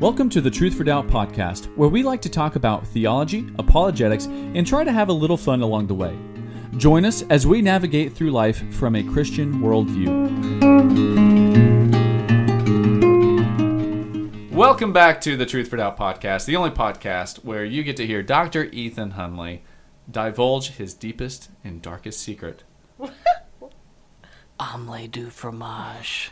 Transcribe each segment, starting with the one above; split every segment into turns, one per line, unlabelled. Welcome to the Truth for Doubt podcast, where we like to talk about theology, apologetics, and try to have a little fun along the way. Join us as we navigate through life from a Christian worldview. Welcome back to the Truth for Doubt podcast, the only podcast where you get to hear Dr. Ethan Hunley divulge his deepest and darkest secret.
omelette du fromage.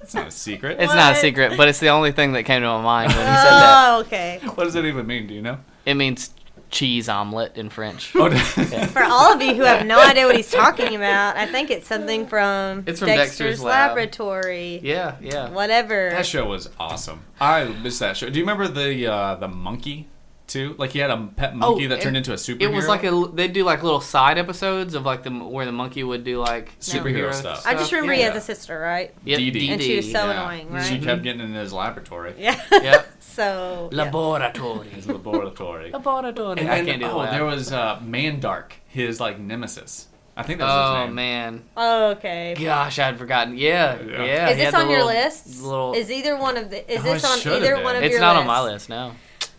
It's not a secret.
It's not a
What?
secret, but it's the only thing that came to my mind when he said that.
Oh, okay.
what does it even mean? Do you know?
It means cheese omelet in French.
Oh,
For all of you who have no idea what he's talking about, I think it's something from,
It's from Dexter's
Dexter's,
Lab.
Laboratory.
Yeah, yeah.
Whatever.
That show was awesome. I missed that show. Do you remember the uh, the monkey too? Like he had a pet monkey that
Oh, it-
turned into a superhero.
It was like a they'd do like little side episodes of like the where the monkey would do like
Superhero stuff.
I just remember he
yeah.
has a sister, right?
Yep,
DD.
DD,
And she was so
Yeah.
annoying, right?
She
Mm-hmm.
kept getting in his laboratory.
yeah.
Yep.
so. yeah.
Laboratory.
His laboratory.
Laboratory.
and
I
then,
can't do
oh,
that.
there was uh, Mandark, his like nemesis. I think that was his
oh
name.
man.
Oh, okay.
Gosh, I'd forgotten. Yeah,
Yeah.
yeah.
Is
he
this
had the
on your
little-
list?
Little,
Is either one of the? Is
Oh,
this
it
on
should've
either
been.
one of
it's
your? Oh.
not on my list, no.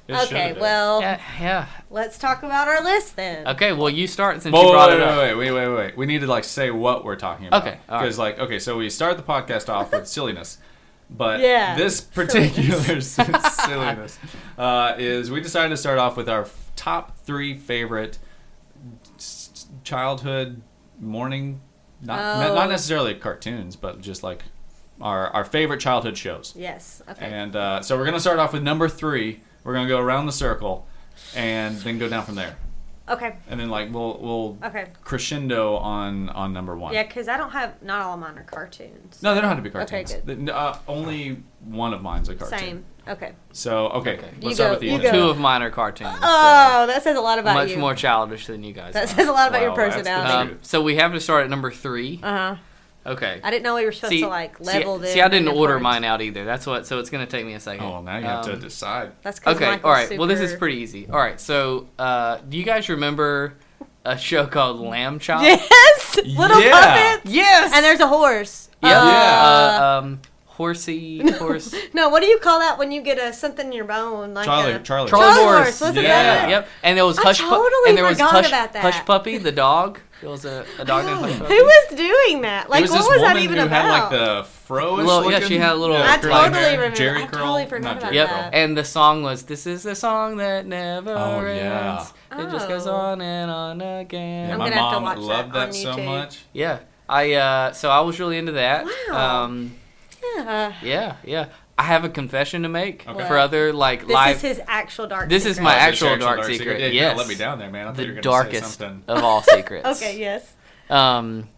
It should've
Okay,
been.
well,
Yeah, yeah.
let's talk about our list then.
Okay, well, you start since
Whoa,
you
whoa,
brought
wait,
it up.
wait, wait, wait, wait, wait. We need to like say what we're talking about.
Okay, all right.
Because like, okay, so we start the podcast off with silliness, but
Yeah,
this particular silliness uh, is we decided to start off with our f- top three favorite s- s- childhood morning, not
Oh.
not necessarily cartoons, but just like our our favorite childhood shows.
Yes. Okay.
And uh, so we're gonna start off with number three. We're gonna go around the circle, and then go down from there.
okay.
And then like we'll we'll
Okay.
crescendo on on number one.
Yeah, because I don't have. Not all of mine are cartoons.
No, they don't have to be
Okay,
cartoons. The- uh, only one of mine's a cartoon.
Same. Okay.
So okay,
Okay.
let's
You
start
go,
with the
you
end.
go.
Two of mine are cartoons. so
Oh, that says a lot about
much
you.
more childish than you guys.
That
are.
says a lot about
Wow,
your
that's the
personality.
Um, so we have to start at number three.
Uh huh.
Okay.
I didn't know we were supposed
see,
to like
see-
level
see,
this.
I didn't order mine out either. That's what. So it's gonna take me a second.
Oh, well, now you have to
Um,
decide.
That's 'cause
Okay.
Michael's
all right. Well, this is
super-
pretty easy. All right. So, uh, do you guys remember a show called Lamb Chop?
Yes, little
Yeah.
puppets.
Yes.
And there's a horse.
Yep.
Uh,
yeah. Uh, um, horsey horse.
no, what do you call that when you get a something in your bone? Like
Charlie,
a,
Charlie,
Charlie horse, wasn't
Yeah.
Yeah.
it?
Yep. And there was
I
hush. Pu-
totally
and there was
forgot
hush,
about that.
hush puppy, the dog. There was a, a dog named Hush
Who
Puppy.
was doing that?
It
Like,
was
what
this
was
woman
that even
who
about?
had like the fro-ish
Little- yeah,
looking-
she had a little curly
I
curly
totally
hair.
remember.
Jerry
I
curl.
totally forgot
Not
about
Jerry
Yep.
that.
curl.
And the song was "This is the song that never
Oh, yeah.
ends." It just goes
Oh.
on and on again.
Yeah,
I'm
my
gonna have to
mom
watch that
loved that,
on
so
YouTube.
much.
Yeah. I uh so I was really into that.
Wow.
Um
Yeah.
yeah, yeah. I have a confession to make
Okay.
for other like
This
live
is his actual dark.
This is
secret.
my
Oh,
actual
Jerry Curl
dark secret,
Yeah, you
yes.
let me down there, man. I thought you
the
were gonna say
darkest
something.
of all secrets.
Okay. Yes.
Um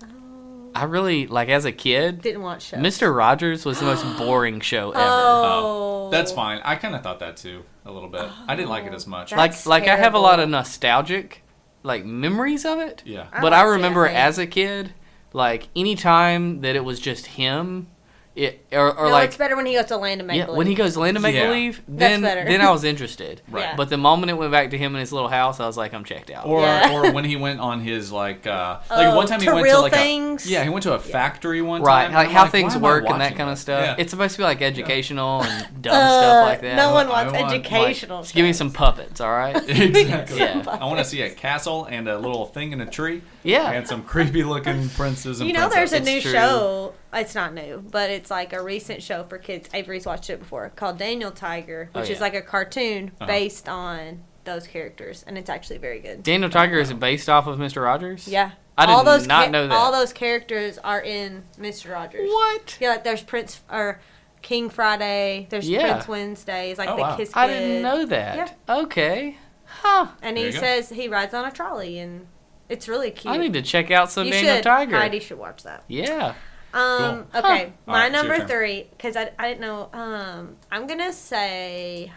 I really like as a kid,
Didn't watch shows.
Mr. Rogers was the most boring show ever.
Oh.
Oh, that's fine. I kind of thought that too, a little bit. I didn't like it as much.
That-
like
That's
like I have a lot
terrible.
of nostalgic like memories of it.
yeah.
I
but I
liked it, I
remember
think.
as a kid, like any time that it was just him, it or, or
no,
like
it's better when he goes to land of make
yeah, when he goes land to make
Yeah.
believe,
That's
then
better.
then I was interested.
Right.
Yeah.
But the moment it went back to him in his little house, I was like, I'm checked out.
or
Oh, Yeah.
or when he went on his like uh like
Oh,
one time he
to
went to
real
like
things?
A, yeah he went to a factory one
right,
time
like
and I'm
how
why
things
am I
work and that
watching
kind of
this?
stuff.
Yeah.
It's supposed to be like educational and dumb
Uh,
stuff like that.
No one
I
wants
want, like,
educational.
Just give me
shows.
some puppets, all right?
exactly
Yeah.
I want to see a castle and a little thing in a tree
Yeah.
and some creepy looking princes and
You know, there's a
princesses.
It's true.
new show. It's not new, but it's like a recent show for kids. Avery's watched it before called Daniel Tiger,
Oh,
which is
yeah.
like a cartoon
Uh-huh.
based on those characters, and it's actually very good.
Daniel Tiger is based off of Mr. Rogers.
yeah,
I did
all those
not
cha-
know that.
all those characters are in Mister Rogers.
What?
Yeah, like there's Prince or King Friday. There's
Yeah.
Prince Wednesdays, like
Oh,
the
wow.
Kiss Kid.
I didn't know that. Okay. Huh.
And
There
he
you go.
says he rides on a trolley, and it's really cute.
I need to check out some
you
Daniel
should.
Tiger.
Heidi should watch that.
Yeah.
Um,
Cool.
Huh.
okay,
All right,
my
it's your
number
turn.
three, because I, I didn't know. Um, I'm gonna say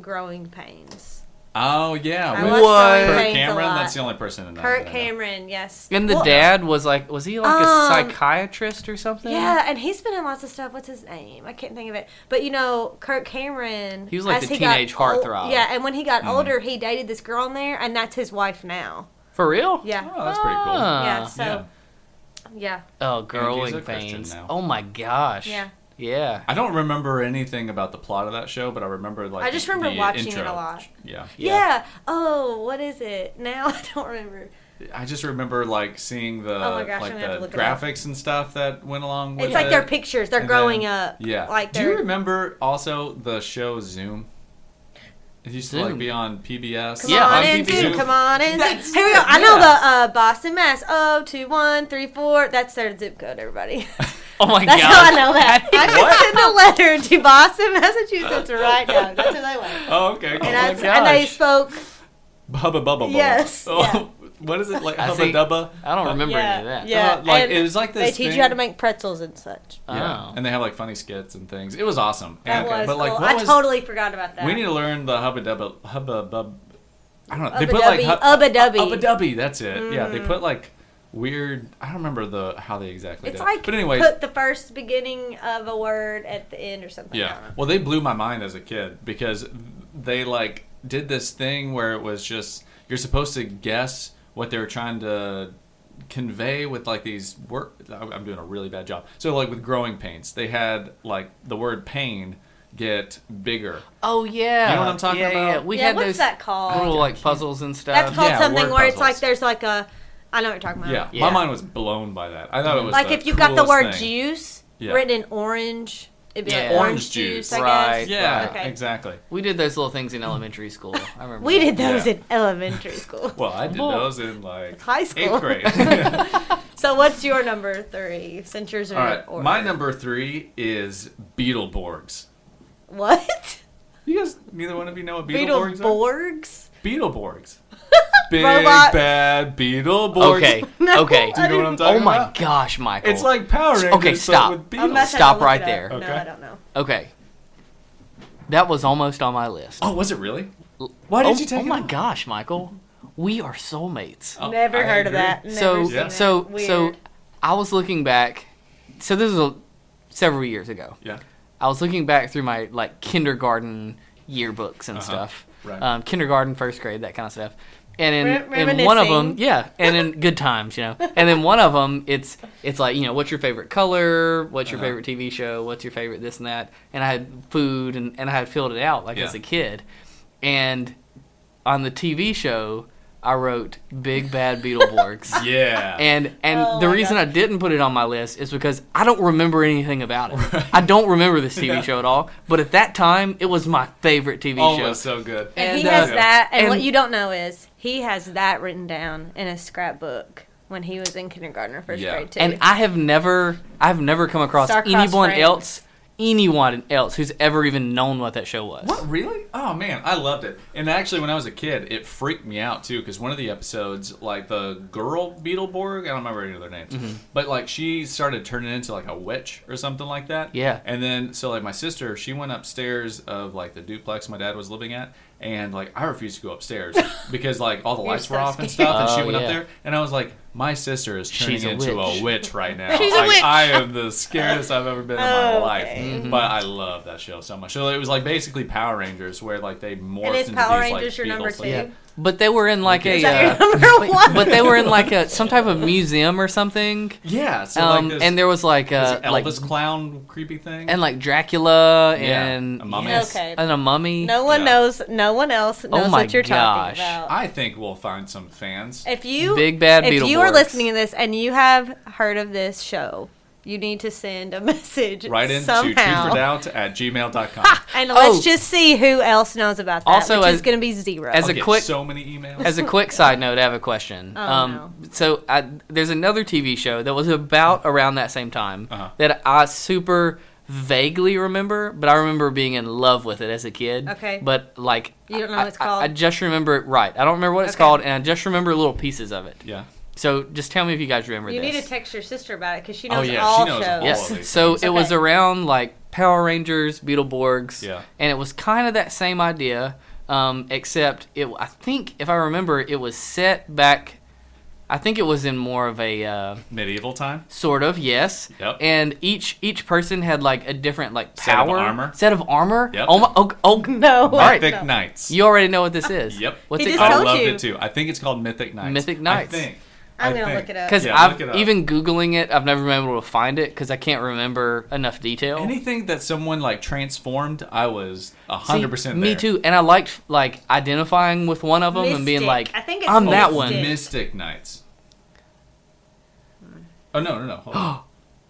Growing Pains.
oh yeah
I
with
watch Growing
What? Kurt
Pains
Kurt
a
Cameron
lot.
that's the only person in that
Kurt
that I know.
Cameron, yes.
And the
Well,
dad was like, was he like a
Um,
psychiatrist or something?
Yeah, and he's been in lots of stuff. What's his name? I can't think of it. But you know, Kurt Cameron.
He was like
as
the
got
teenage
ol-
heartthrob.
Yeah, and when he
Mm-hmm.
got older, he dated this girl in there, and that's his wife now.
For real?
Yeah,
oh that's pretty cool
Ah.
yeah. So
yeah
yeah,
Oh,
And he's a
growing
Christian
pains.
now.
Oh my gosh.
yeah.
Yeah.
I don't remember anything about the plot of that show, but I remember like
I just remember
the
watching it
intro.
a lot.
Yeah,
Yeah. Oh, what is it? Now I don't remember.
I just remember like seeing the
Oh my gosh, I'm
like
gonna have to
the
look it up.
graphics and stuff that went along with
It's like
it.
their pictures. They're
And
growing
then-
up.
Yeah.
Like
Do you
they're.
remember also the show Zoom? It used to like
Zoom.
be on PBS.
Come
Yeah,
on
on
in,
PBS.
Zoom. Come on in. Zoom.
That's-
Here we go. I know
yeah.
the uh, Boston, Mass. Oh, two, one, three, four. That's their zip code, everybody.
Oh my
That's
god.
how I know that. I
What?
can send a letter to Boston, Massachusetts right now. That's who they want.
Oh, okay. cool.
And
my
I, and I
gosh.
spoke.
Bubba Bubba Bubba.
Yes,
Oh, what is it like?
I
Hubba
think-
Dubba.
I don't remember any of that.
Yeah,
Uh, like
and
it was like this.
They teach
thing-
you how to make pretzels and such.
Yeah,
Oh.
and they have like funny skits and things. It was awesome.
That
And-
was
but like,
cool.
what
I
was,
totally forgot about that.
We need to learn the hubba dubba hubba bub. I don't know. They
Ubba
put like
dubby,
hub-
ubba dubby. Mm.
Ubba dubby. That's it. Yeah, they put like weird. I don't remember the how they exactly.
it's
did. it.
like
but anyways,
put the first beginning of a word at the end or something. I
Yeah.
don't know.
Well, they blew my mind as a kid because they like did this thing where it was just you're supposed to guess what they were trying to convey with like these work. I'm doing a really bad job. So like with growing pains, they had like the word pain get bigger.
Oh yeah.
You know what I'm talking
yeah, Yeah,
about?
we
Yeah,
had
what's
those
that called?
little like puzzles and stuff.
That's called
yeah,
something
word
where it's like
puzzles.
there's like a. I know what you're talking about.
Yeah.
Yeah.
My mind was blown by that. I thought it was
Mm-hmm. Like
the
if you got the
coolest
word
thing.
juice
Yeah.
written in orange, it'd be like
Yeah.
Orange
orange
juice.
juice, I
Right.
guess.
Yeah.
Okay.
Exactly.
We did those little things in elementary school. I remember.
We
that.
did those
Yeah.
in elementary school.
Well, I did
Well,
those in like
High
eighth
school.
grade.
so what's your number three? Since yours are
All right.
or-
My number three is Beetleborgs.
What?
You guys, neither one of you know what Beetleborgs are?
Beetleborgs?
Beetleborgs. Big
Robot.
bad Beetleborgs.
Okay.
No,
okay.
Do you know what I'm talking
Oh my
about?
gosh, Michael.
It's like Power Rangers,
Okay, stop.
but with
I'm about
Beetles.
to
Stop
look it
right
up.
there.
Okay.
No, I don't know.
okay. That was almost on my list.
Oh, was it really? Why did
oh,
you take
Oh
it
my
off?
gosh, Michael. We are soulmates.
Oh,
Never
I
heard of
agree.
that. Never
so
seen
Yeah.
that.
so so
Weird.
I was looking back. So this is a, several years ago.
Yeah.
I was looking back through my like kindergarten yearbooks and
Uh-huh.
stuff.
Right.
Um, kindergarten, first grade, that kind of stuff. And
Re-
in, in one of them,
reminiscing.
yeah, and in good times, you know. And then one of them, it's it's like you know, what's your favorite color? What's your
Uh-huh.
favorite TV show? What's your favorite this and that? And I had food, and, and I had filled it out like
Yeah.
as a kid. And on the TV show, I wrote Big Bad Beetleborgs.
Yeah.
And and
Oh
the
my
reason I didn't put it on my list is because I don't remember anything about it. I don't remember this TV
Yeah.
show at all. But at that time, it was my favorite TV
oh, it
show.
was so good.
And, he
And,
has
uh,
that, and, what
and-
you don't know is he has that written down in a scrapbook when he was in kindergarten or first
Yeah.
grade too.
And I have never I've never come across
Star-crossed
anyone
friends.
else anyone else who's ever even known what that show was.
What really? Oh man, I loved it. And actually, when I was a kid, it freaked me out too because one of the episodes, like the girl Beetleborg, I don't remember any of their names,
Mm-hmm.
but like she started turning into like a witch or something like that.
Yeah.
And then so like my sister, she went upstairs of like the duplex my dad was living at, and like I refused to go upstairs because like all the
You're
lights
so
were off and
scared.
stuff, and she
Oh,
went
yeah.
up there, and I was like, my sister is turning
She's a
into
witch.
a witch right now.
She's a
like,
witch.
I am the scariest I've ever been in my
Oh,
life.
okay.
Mm-hmm.
But I love that show so much. So it was like basically Power Rangers, where like they morphed
and is
into
Power
these, like,
Rangers your number
Beatles,
two?
like-
Yeah. But they were in like
Is
a
that
uh,
your number
but-
one?
but they were in like a some type of museum or something.
Yeah, so
Um,
like this,
and there was like
this
uh
Elvis
like
clown creepy thing.
and like Dracula
Yeah,
and
a mummy.
Okay.
and a mummy.
No one
Yeah. Oh
knows. No one else knows
my
what you're
gosh.
talking about.
I think we'll find some fans.
if you
Big Bad
if you are
Beetleborgs.
listening to this and you have heard of this show, you need to send a message
Right into
somehow.
truthordoubt at gmail.com.
and let's
Oh.
just see who else knows about that.
Also,
which
as-
is going to be zero.
as
I
a
get
quick-
so many emails.
As a quick side note, I have a question.
Oh,
um,
no.
So I, there's another TV show that was about around that same time
Uh-huh.
that I super vaguely remember, but I remember being in love with it as a kid.
Okay.
But like,
You don't know
I-
what it's
I-
called?
I, just remember it right. I don't remember what it's
Okay.
called, and I just remember little pieces of it.
yeah.
So just tell me if you guys remember
you
this.
need to text your sister about it because she
Oh,
knows
yeah, she
all
knows
shows.
all of it.
Yes.
these
So
things.
it was
Okay.
around like Power Rangers, Beetleborgs.
Yeah.
And it was kind of that same idea, um, except it. I think if I remember, it was set back. I think it was in more of a uh,
Medieval time.
sort of yes.
Yep.
And each each person had like a different like
Set of
power
armor.
set of armor.
Yep.
Oh my. Oh, oh
No.
All right.
Mythic Knights.
You already know what this is.
Ah, Yep.
What's
He
it
just
I
called?
told
loved
you.
it too. I think it's called Mythic Knights.
Mythic
I
Knights.
think.
I'm
I
gonna
think.
look it up.
Because
Yeah,
I've
look it up.
even googling it, I've never been able to find it because I can't remember enough detail.
Anything that someone like transformed, I was
See,
hundred percent.
Me too, and I liked like identifying with one of them and being
Mystic.
like,
I think it's
I'm that
Mystic.
one.
Oh, Mystic Knights. Oh no no no! Hold on.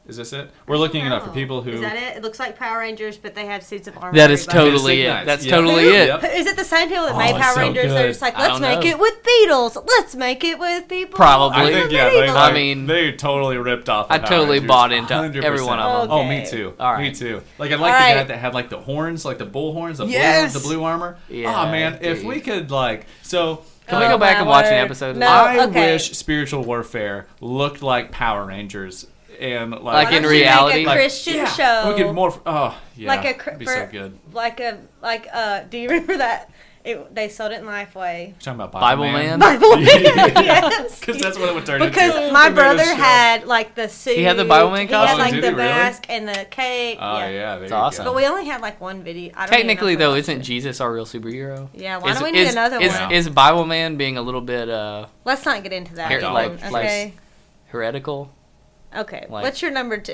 Is this it? We're looking it up for
Oh.
people who.
Is that it? It looks like Power Rangers, but they have suits of armor.
That is
everybody.
totally
Mystic
it.
Knights,
That's
yeah.
totally
Who?
it.
Yep.
Is it the same people that
Oh,
made
it's
Power
so
Rangers?
good.
They're just like,
I
let's
don't
make
know.
it with Beatles. Let's make it with people.
Probably.
I
who are
think yeah, they,
Beatles."
like,
I mean-
they totally ripped off.
I
the Power
totally
Rangers.
bought into
100%.
every one of
them.
Oh, me
Okay.
too.
All right.
Me too. Like I like
All
the guy
right.
that had like the horns, like the bull horns, the
Yes!
blue, the blue armor.
Yeah,
oh man, if
dude.
we could like so.
Can we
Oh,
go back
my
and watch an
word.
episode of
No,
that?
I
Oh, okay.
wish spiritual warfare looked like Power Rangers and like,
Like
Why
in
don't you make
reality?
a
Like-
Christian
yeah,
show.
We could more. Oh yeah,
like a cr-
it'd be
for-
so good. We're
like a like uh. Do you remember that? It, they sold it in Lifeway.
talking about
Bible
Bible,
Man?
Bible Man. yes.
Because that's what it would turn into.
Because my
They made a
brother
show.
had like the suit.
had the Bible Man
He had
costume?
like
Did
the
he really?
mask and the cake.
Oh yeah,
yeah.
there you
It's
go.
awesome.
But we only had like one video. I don't even
Technically,
know
though,
if we
isn't
watched
Jesus our real superhero?
it. Yeah. Why
is,
don't we need
is-
another
is,
one?
Yeah.
Is Bible Man being a little bit uh,
Let's not get into that.
Here,
one,
like-
like-
okay.
heretical?
Okay.
like-
What's your number two?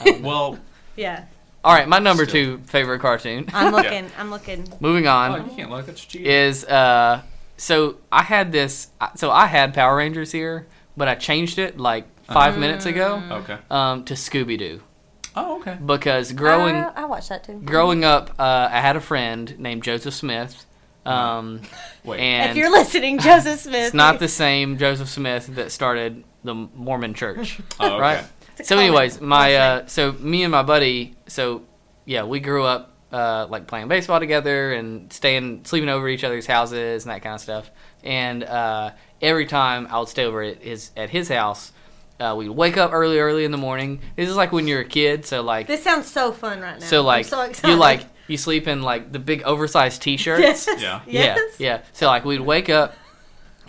Uh, well, oh,
yeah.
All right, my number
Still.
two favorite cartoon.
I'm looking. I'm looking.
Moving
oh,
on.
you can't look. That's cheating.
is uh so I had this uh, so I had Power Rangers here, but I changed it like 5
Mm.
minutes ago
okay.
Mm.
um, to Scooby Doo
Oh okay.
because growing
I, I watched that too.
growing up uh, I had a friend named Joseph Smith,
Uh-huh.
um,
Wait.
and
if you're listening, Joseph Smith.
it's not the same Joseph Smith that started the Mormon Church,
oh, okay.
right?
It's a
So,
common
anyways, my
thing.
uh, so me and my buddy, so yeah, we grew up uh, like playing baseball together and staying sleeping over each other's houses and that kind of stuff. And uh, every time I would stay over at his at his house, uh, we'd wake up early, early in the morning. This is like when you're a kid, so like
This sounds so fun right now.
so
I'm
like
so excited.
you like you sleep in like the big oversized t-shirts.
Yes.
Yeah.
Yes.
Yeah, yeah. So like we'd wake up,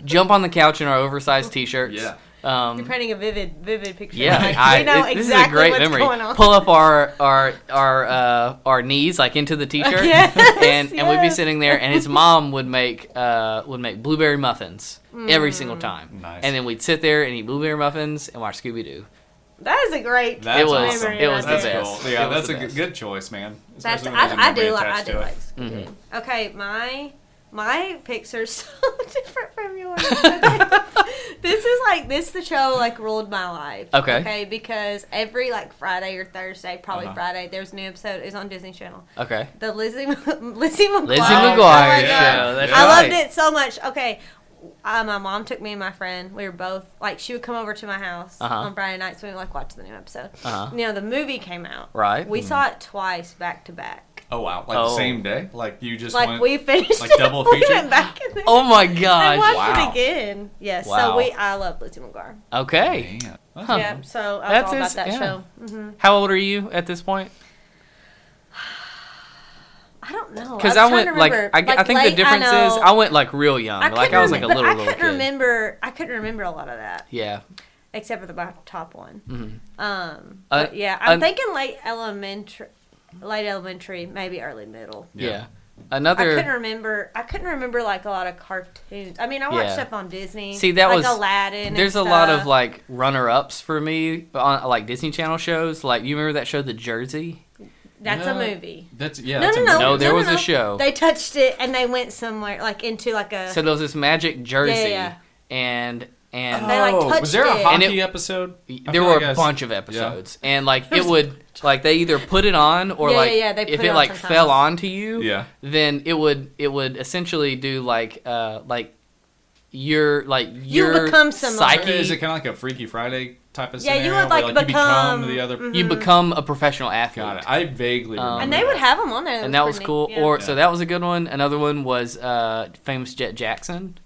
jump on the couch in our oversized t-shirts.
Yeah.
Um,
You're painting a vivid, vivid picture.
yeah,
Like,
I,
we know
it-
exactly
this is a great
what's
memory.
going on.
Pull up our our our uh, our knees like into the t-shirt,
Yes,
and and we'd be
yes.
sitting there, and his mom would make uh, would make blueberry muffins
Mm.
every single time,
Nice.
and then we'd sit there and eat blueberry muffins and watch Scooby Doo.
That is a great.
That's
It was-
awesome.
it was the
that's
best.
Cool. Yeah,
It was
that's
the
a
best.
good, good choice, man.
That's
Especially when there's a
I, I
memory
do like I
attached
do
to it.
like Scooby
Mm-hmm.
Doo. Okay, my my picks are so different from yours. Okay. this is like this the show like ruled my life.
Okay.
Okay, because every like Friday or Thursday, probably
Uh-huh.
Friday, there was a new episode. It was on Disney Channel.
Okay,
The Lizzie Lizzie McGuire.
Lizzie
Wow.
McGuire
Oh my
show.
God.
That's
I
right.
loved it so much. Okay. Uh, my mom took me and my friend. We were both like she would come over to my house
Uh-huh.
on Friday nights. We would like watch the new episode.
Uh-huh.
You know the movie came out.
Right.
We saw it twice back to back.
Oh wow! Like
Oh.
the same day? Like you just
Like
went,
we finished
like
it.
double
we
feature?
went back and then
Oh my
and watched
gosh!
Wow.
it again. Yes.
Wow.
So we I love Lizzie McGuire.
Okay,
Man, that's
Huh.
Yeah. So I was
That's
all about
his-
that
yeah.
show. hmm
how old are you at this point?
I don't know.
Because
I
I
was
went
trying to
like
remember.
I, I think the
late,
difference
I
is
know-
I went like real young, like
couldn't
I was like a
remem- but
little
I
little
couldn't
kid.
remember. I couldn't remember a lot of that.
Yeah.
except for the bo- top one.
Mhm.
Um,
Uh,
but yeah, I'm
un-
thinking late elementary, late elementary, maybe early middle.
Yeah.
Yeah. Another.
I couldn't remember. I couldn't remember like a lot of cartoons. I mean, I watched
Yeah.
stuff on Disney.
See, that
like
was-
Aladdin. and
There's a lot of
stuff.
like runner ups for me on like Disney Channel shows. Like you remember that show The Jersey?
That's
No.
a movie.
That's yeah.
No,
that's
no,
a
no.
movie.
No, there was a
no.
show.
They touched it and they went somewhere like into like a.
So there was this magic jersey,
Yeah, yeah.
and and
They, like, touched
Oh, was there a
it.
hockey
And it-
episode? I
there
feel
were
like I
a
s-
bunch of episodes, and like it would like they either put it on or
Yeah,
like
yeah, yeah, they
if
put it
it
on
like
sometimes.
fell onto you,
Yeah.
then it would it would essentially do like uh like your like your
become someone.
psyche.
Is it kind of like a Freaky Friday type of
Yeah, you
scenario?
would,
where,
like,
you become
become-
the other.
mhm.
you become a professional athlete.
Got it. I vaguely
Um,
remember.
and they would
that.
have them on there.
and that was
pretty neat.
cool.
Yeah.
Or
Yeah.
so that was a good one. Another one was uh, famous Jet Jackson.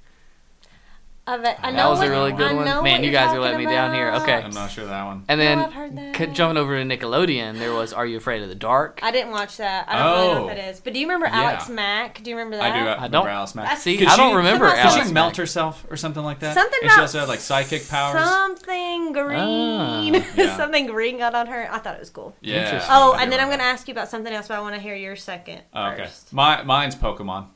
I, bet- I
That
know
was a
what-
really good
I
one.
know
Man,
what
you
you're
guys are letting
talking
me down here.
about.
Okay.
I'm not sure that one.
And
Oh,
then
I've heard that.
c- jumping over to Nickelodeon, there was Are You Afraid of the Dark?
I didn't watch that. I don't really know what
Oh.
that is. But do you remember
Yeah.
Alex Mack? Do you remember
I
that?
do. I,
I
remember
don't-
Alice Mack.
that's-
See,
Could
I
she-
don't remember.
Somehow-
Could
Alex
she melt
Mack.
herself or something like that?
Something
And she
about
also had like psychic powers.
Something green.
Ah,
yeah.
something green got on her. I thought it was cool.
yeah.
Interesting.
Oh,
I do
and then I'm
remember
gonna ask you about something else, but I want to hear your second
that. Oh, Okay.
first.
My mine's Pokemon.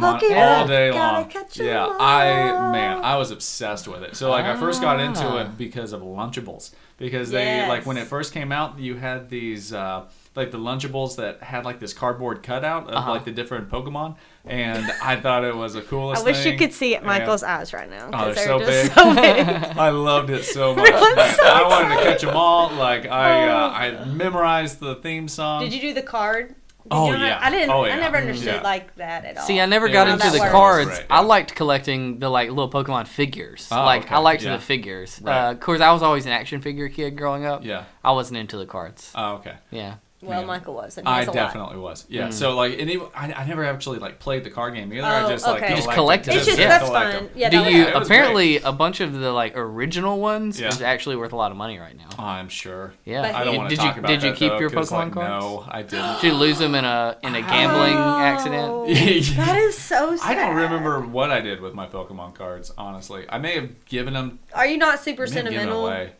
Pokemon
Pokemon.
Um, all day
Gotta
long.
catch 'em
yeah,
all.
I man, I was obsessed with it. So like I first got into
Ah.
it because of Lunchables because they like when it
Yes.
first came out, you had these uh, like the Lunchables that had like this cardboard cutout of
Uh-huh.
like the different Pokemon, and I thought it was the coolest.
I wish you
thing.
could see it
And
Michael's eyes right now. 'cause
they're so big.
so big.
I loved it so much.
Everyone's so Oh.
I wanted to catch them all. Like I, uh, I memorized the theme song.
Did you do the card? Did
Oh,
you know-
yeah.
I didn't.
Oh,
I
yeah.
never understood
Yeah.
like that at all.
See, I never
Yeah,
got
how
into
that
the
works.
cards.
Right,
I
yeah.
liked collecting the like little Pokemon figures.
Oh,
like I
okay,
liked
yeah.
the figures.
Right.
Uh, of course, I was always an action figure kid growing up.
Yeah.
I wasn't into the cards.
Oh, okay.
Yeah.
Well,
Yeah.
Michael was. And he
I
was a lot.
definitely was.
Hmm.
Yeah. So like, and it, I, I never actually like played the card game either.
Oh,
I just like
okay. You just
collect
It's
Just
just
yeah.
that's
collect
fun.
'em.
Yeah.
Do
that was
you
it was
apparently a bunch of the like original ones
Yeah.
is actually worth a lot of money right now?
Oh, I'm sure.
Yeah.
But
I don't
You-
want to
did
talk
you
about
did you
that,
keep
though,
your
'cause,
Pokemon
like,
cards?
No, I didn't.
Did you lose them in a in a gambling
Oh,
accident?
That is so. Sad.
I don't remember what I did with my Pokemon cards. Honestly, I may have given them.
Are you not super
I may have given
sentimental?
away.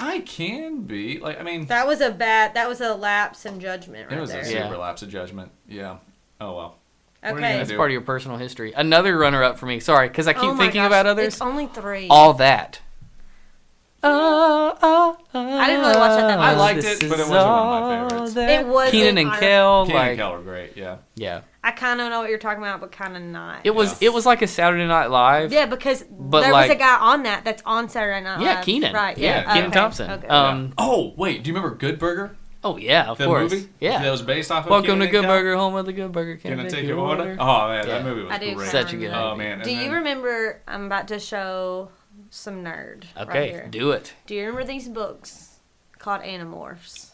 I can be like. I mean,
That was a bad. That was a lapse in judgment. Right
it was
there.
a
Yeah.
super lapse of judgment. Yeah. Oh well. what are you
Okay.
gonna
That's
do?
part of your personal history. Another runner up for me. Sorry, because I keep
Oh my
thinking
gosh,
about others.
It's only three.
all that.
Ah,
I
didn't really watch that that much.
I liked it, but it wasn't one of my favorites.
It was
Keenan and
I-
Kel.
Keenan
like,
and Kel were great. Yeah.
Yeah,
I kind of know what you're talking about, but kind of not.
it was. It was like a Saturday Night Live.
yeah, because
But
there was
like-
a guy on that that's on Saturday Night
Yeah,
Live.
Keenan.
Right.
Yeah,
Yeah.
Keenan
okay,
Thompson.
Okay.
Um,
Yeah. Oh wait, do you remember Good Burger?
Oh yeah, of
The
course.
movie.
Yeah.
That was based off. of
Welcome
Keenan
to
and
Good
Kel?
Burger, home of the Good Burger. Can
Can
I
I take your order? Oh man,
Yeah.
that movie was
I do.
great.
Such a good
kinda
Oh
movie.
man.
Do
and
you
then-
remember? I'm about to show some nerd. right
Okay,
here.
do it.
Do you remember these books called Animorphs?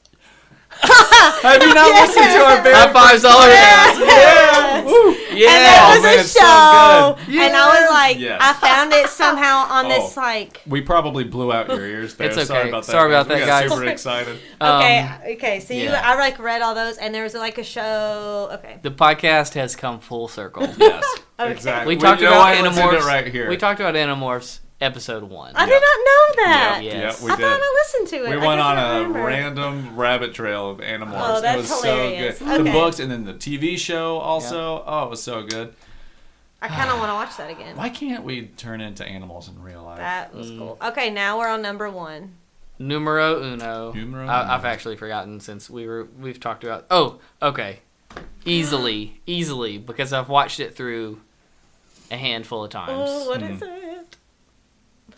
Have you not listened to our very
High fives all around.
Yeah. Woo.
And there
Oh,
was
man,
a
it's so
show,
good.
and I was like,
Yes.
I found it somehow on this
Oh.
like.
We probably blew out your ears there.
It's okay.
Sorry about that.
Sorry about
guys.
that,
we got
guys.
super excited.
Um,
Okay, okay. So you,
yeah.
I like read all those, and there was like a show. Okay,
The podcast has come full circle.
Yes.
Okay.
Exactly.
We talked
you know
about
what? Let's end it
Animorphs.
right here.
We talked about Animorphs episode one.
I did not know that.
Yeah,
Yeah,
Yes.
we
I
did.
thought I listened to it.
we
I
went
guess
on
I don't
a
remember.
random rabbit trail of animals.
Oh, that's
it was
hilarious.
so good.
Okay.
The books and then the TV show also. Oh, it was so good.
I kind of want to watch that again.
Why can't we turn into animals in real life?
That
Mm.
was cool. Okay, now we're on number one.
Numero uno.
Numero
I,
uno.
I've actually forgotten since we were we've talked about. Oh, okay. Easily, easily, because I've watched it through a handful of times.
Oh, what is it?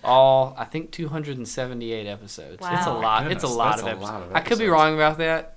All I think 278 episodes. It's a
Wow.
lot. it's a
Goodness,
lot
that's
of
a
episodes.
lot of
I could be
episodes.
wrong about that.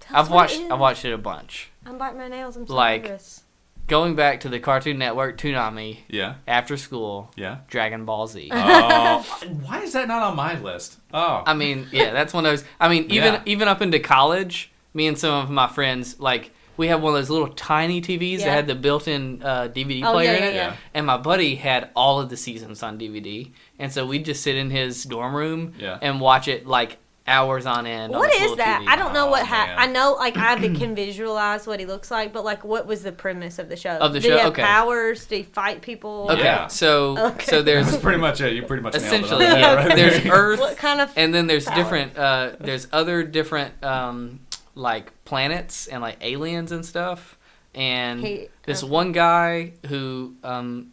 Tell us
I've
what
watched.
it is.
I've watched it a bunch.
I'm biting my nails. I'm so
Like-
nervous.
Going back to the Cartoon Network Toonami
Yeah.
after school.
Yeah.
Dragon Ball Z.
Uh-huh.
Oh, why is that not on my list? Oh,
I mean, yeah, that's one of those. I mean, even
Yeah.
even up into college, me and some of my friends, like we had one of those little tiny TVs that
Yeah.
had the built-in uh, DVD
Oh,
player
yeah,
in
yeah,
it.
yeah.
And my buddy had all of the seasons on DVD, and so we'd just sit in his dorm room
Yeah.
and watch it like hours on end. on
What
this
is
little
that?
TV.
I don't know
Oh,
what ha-
man.
I know like I can visualize what he looks like, but like what was the premise of the show?
Of the
Do
show?
you have
Okay.
powers? Do you fight people?
Okay,
Yeah.
so
Okay.
so
that's
there's
pretty much it. You pretty much
essentially
nailed it.
yeah,
on that right
there's
there.
Earth.
What kind of
and then there's
Power.
different uh there's other different um like planets and like aliens and stuff and
He-
this
okay.
one guy who um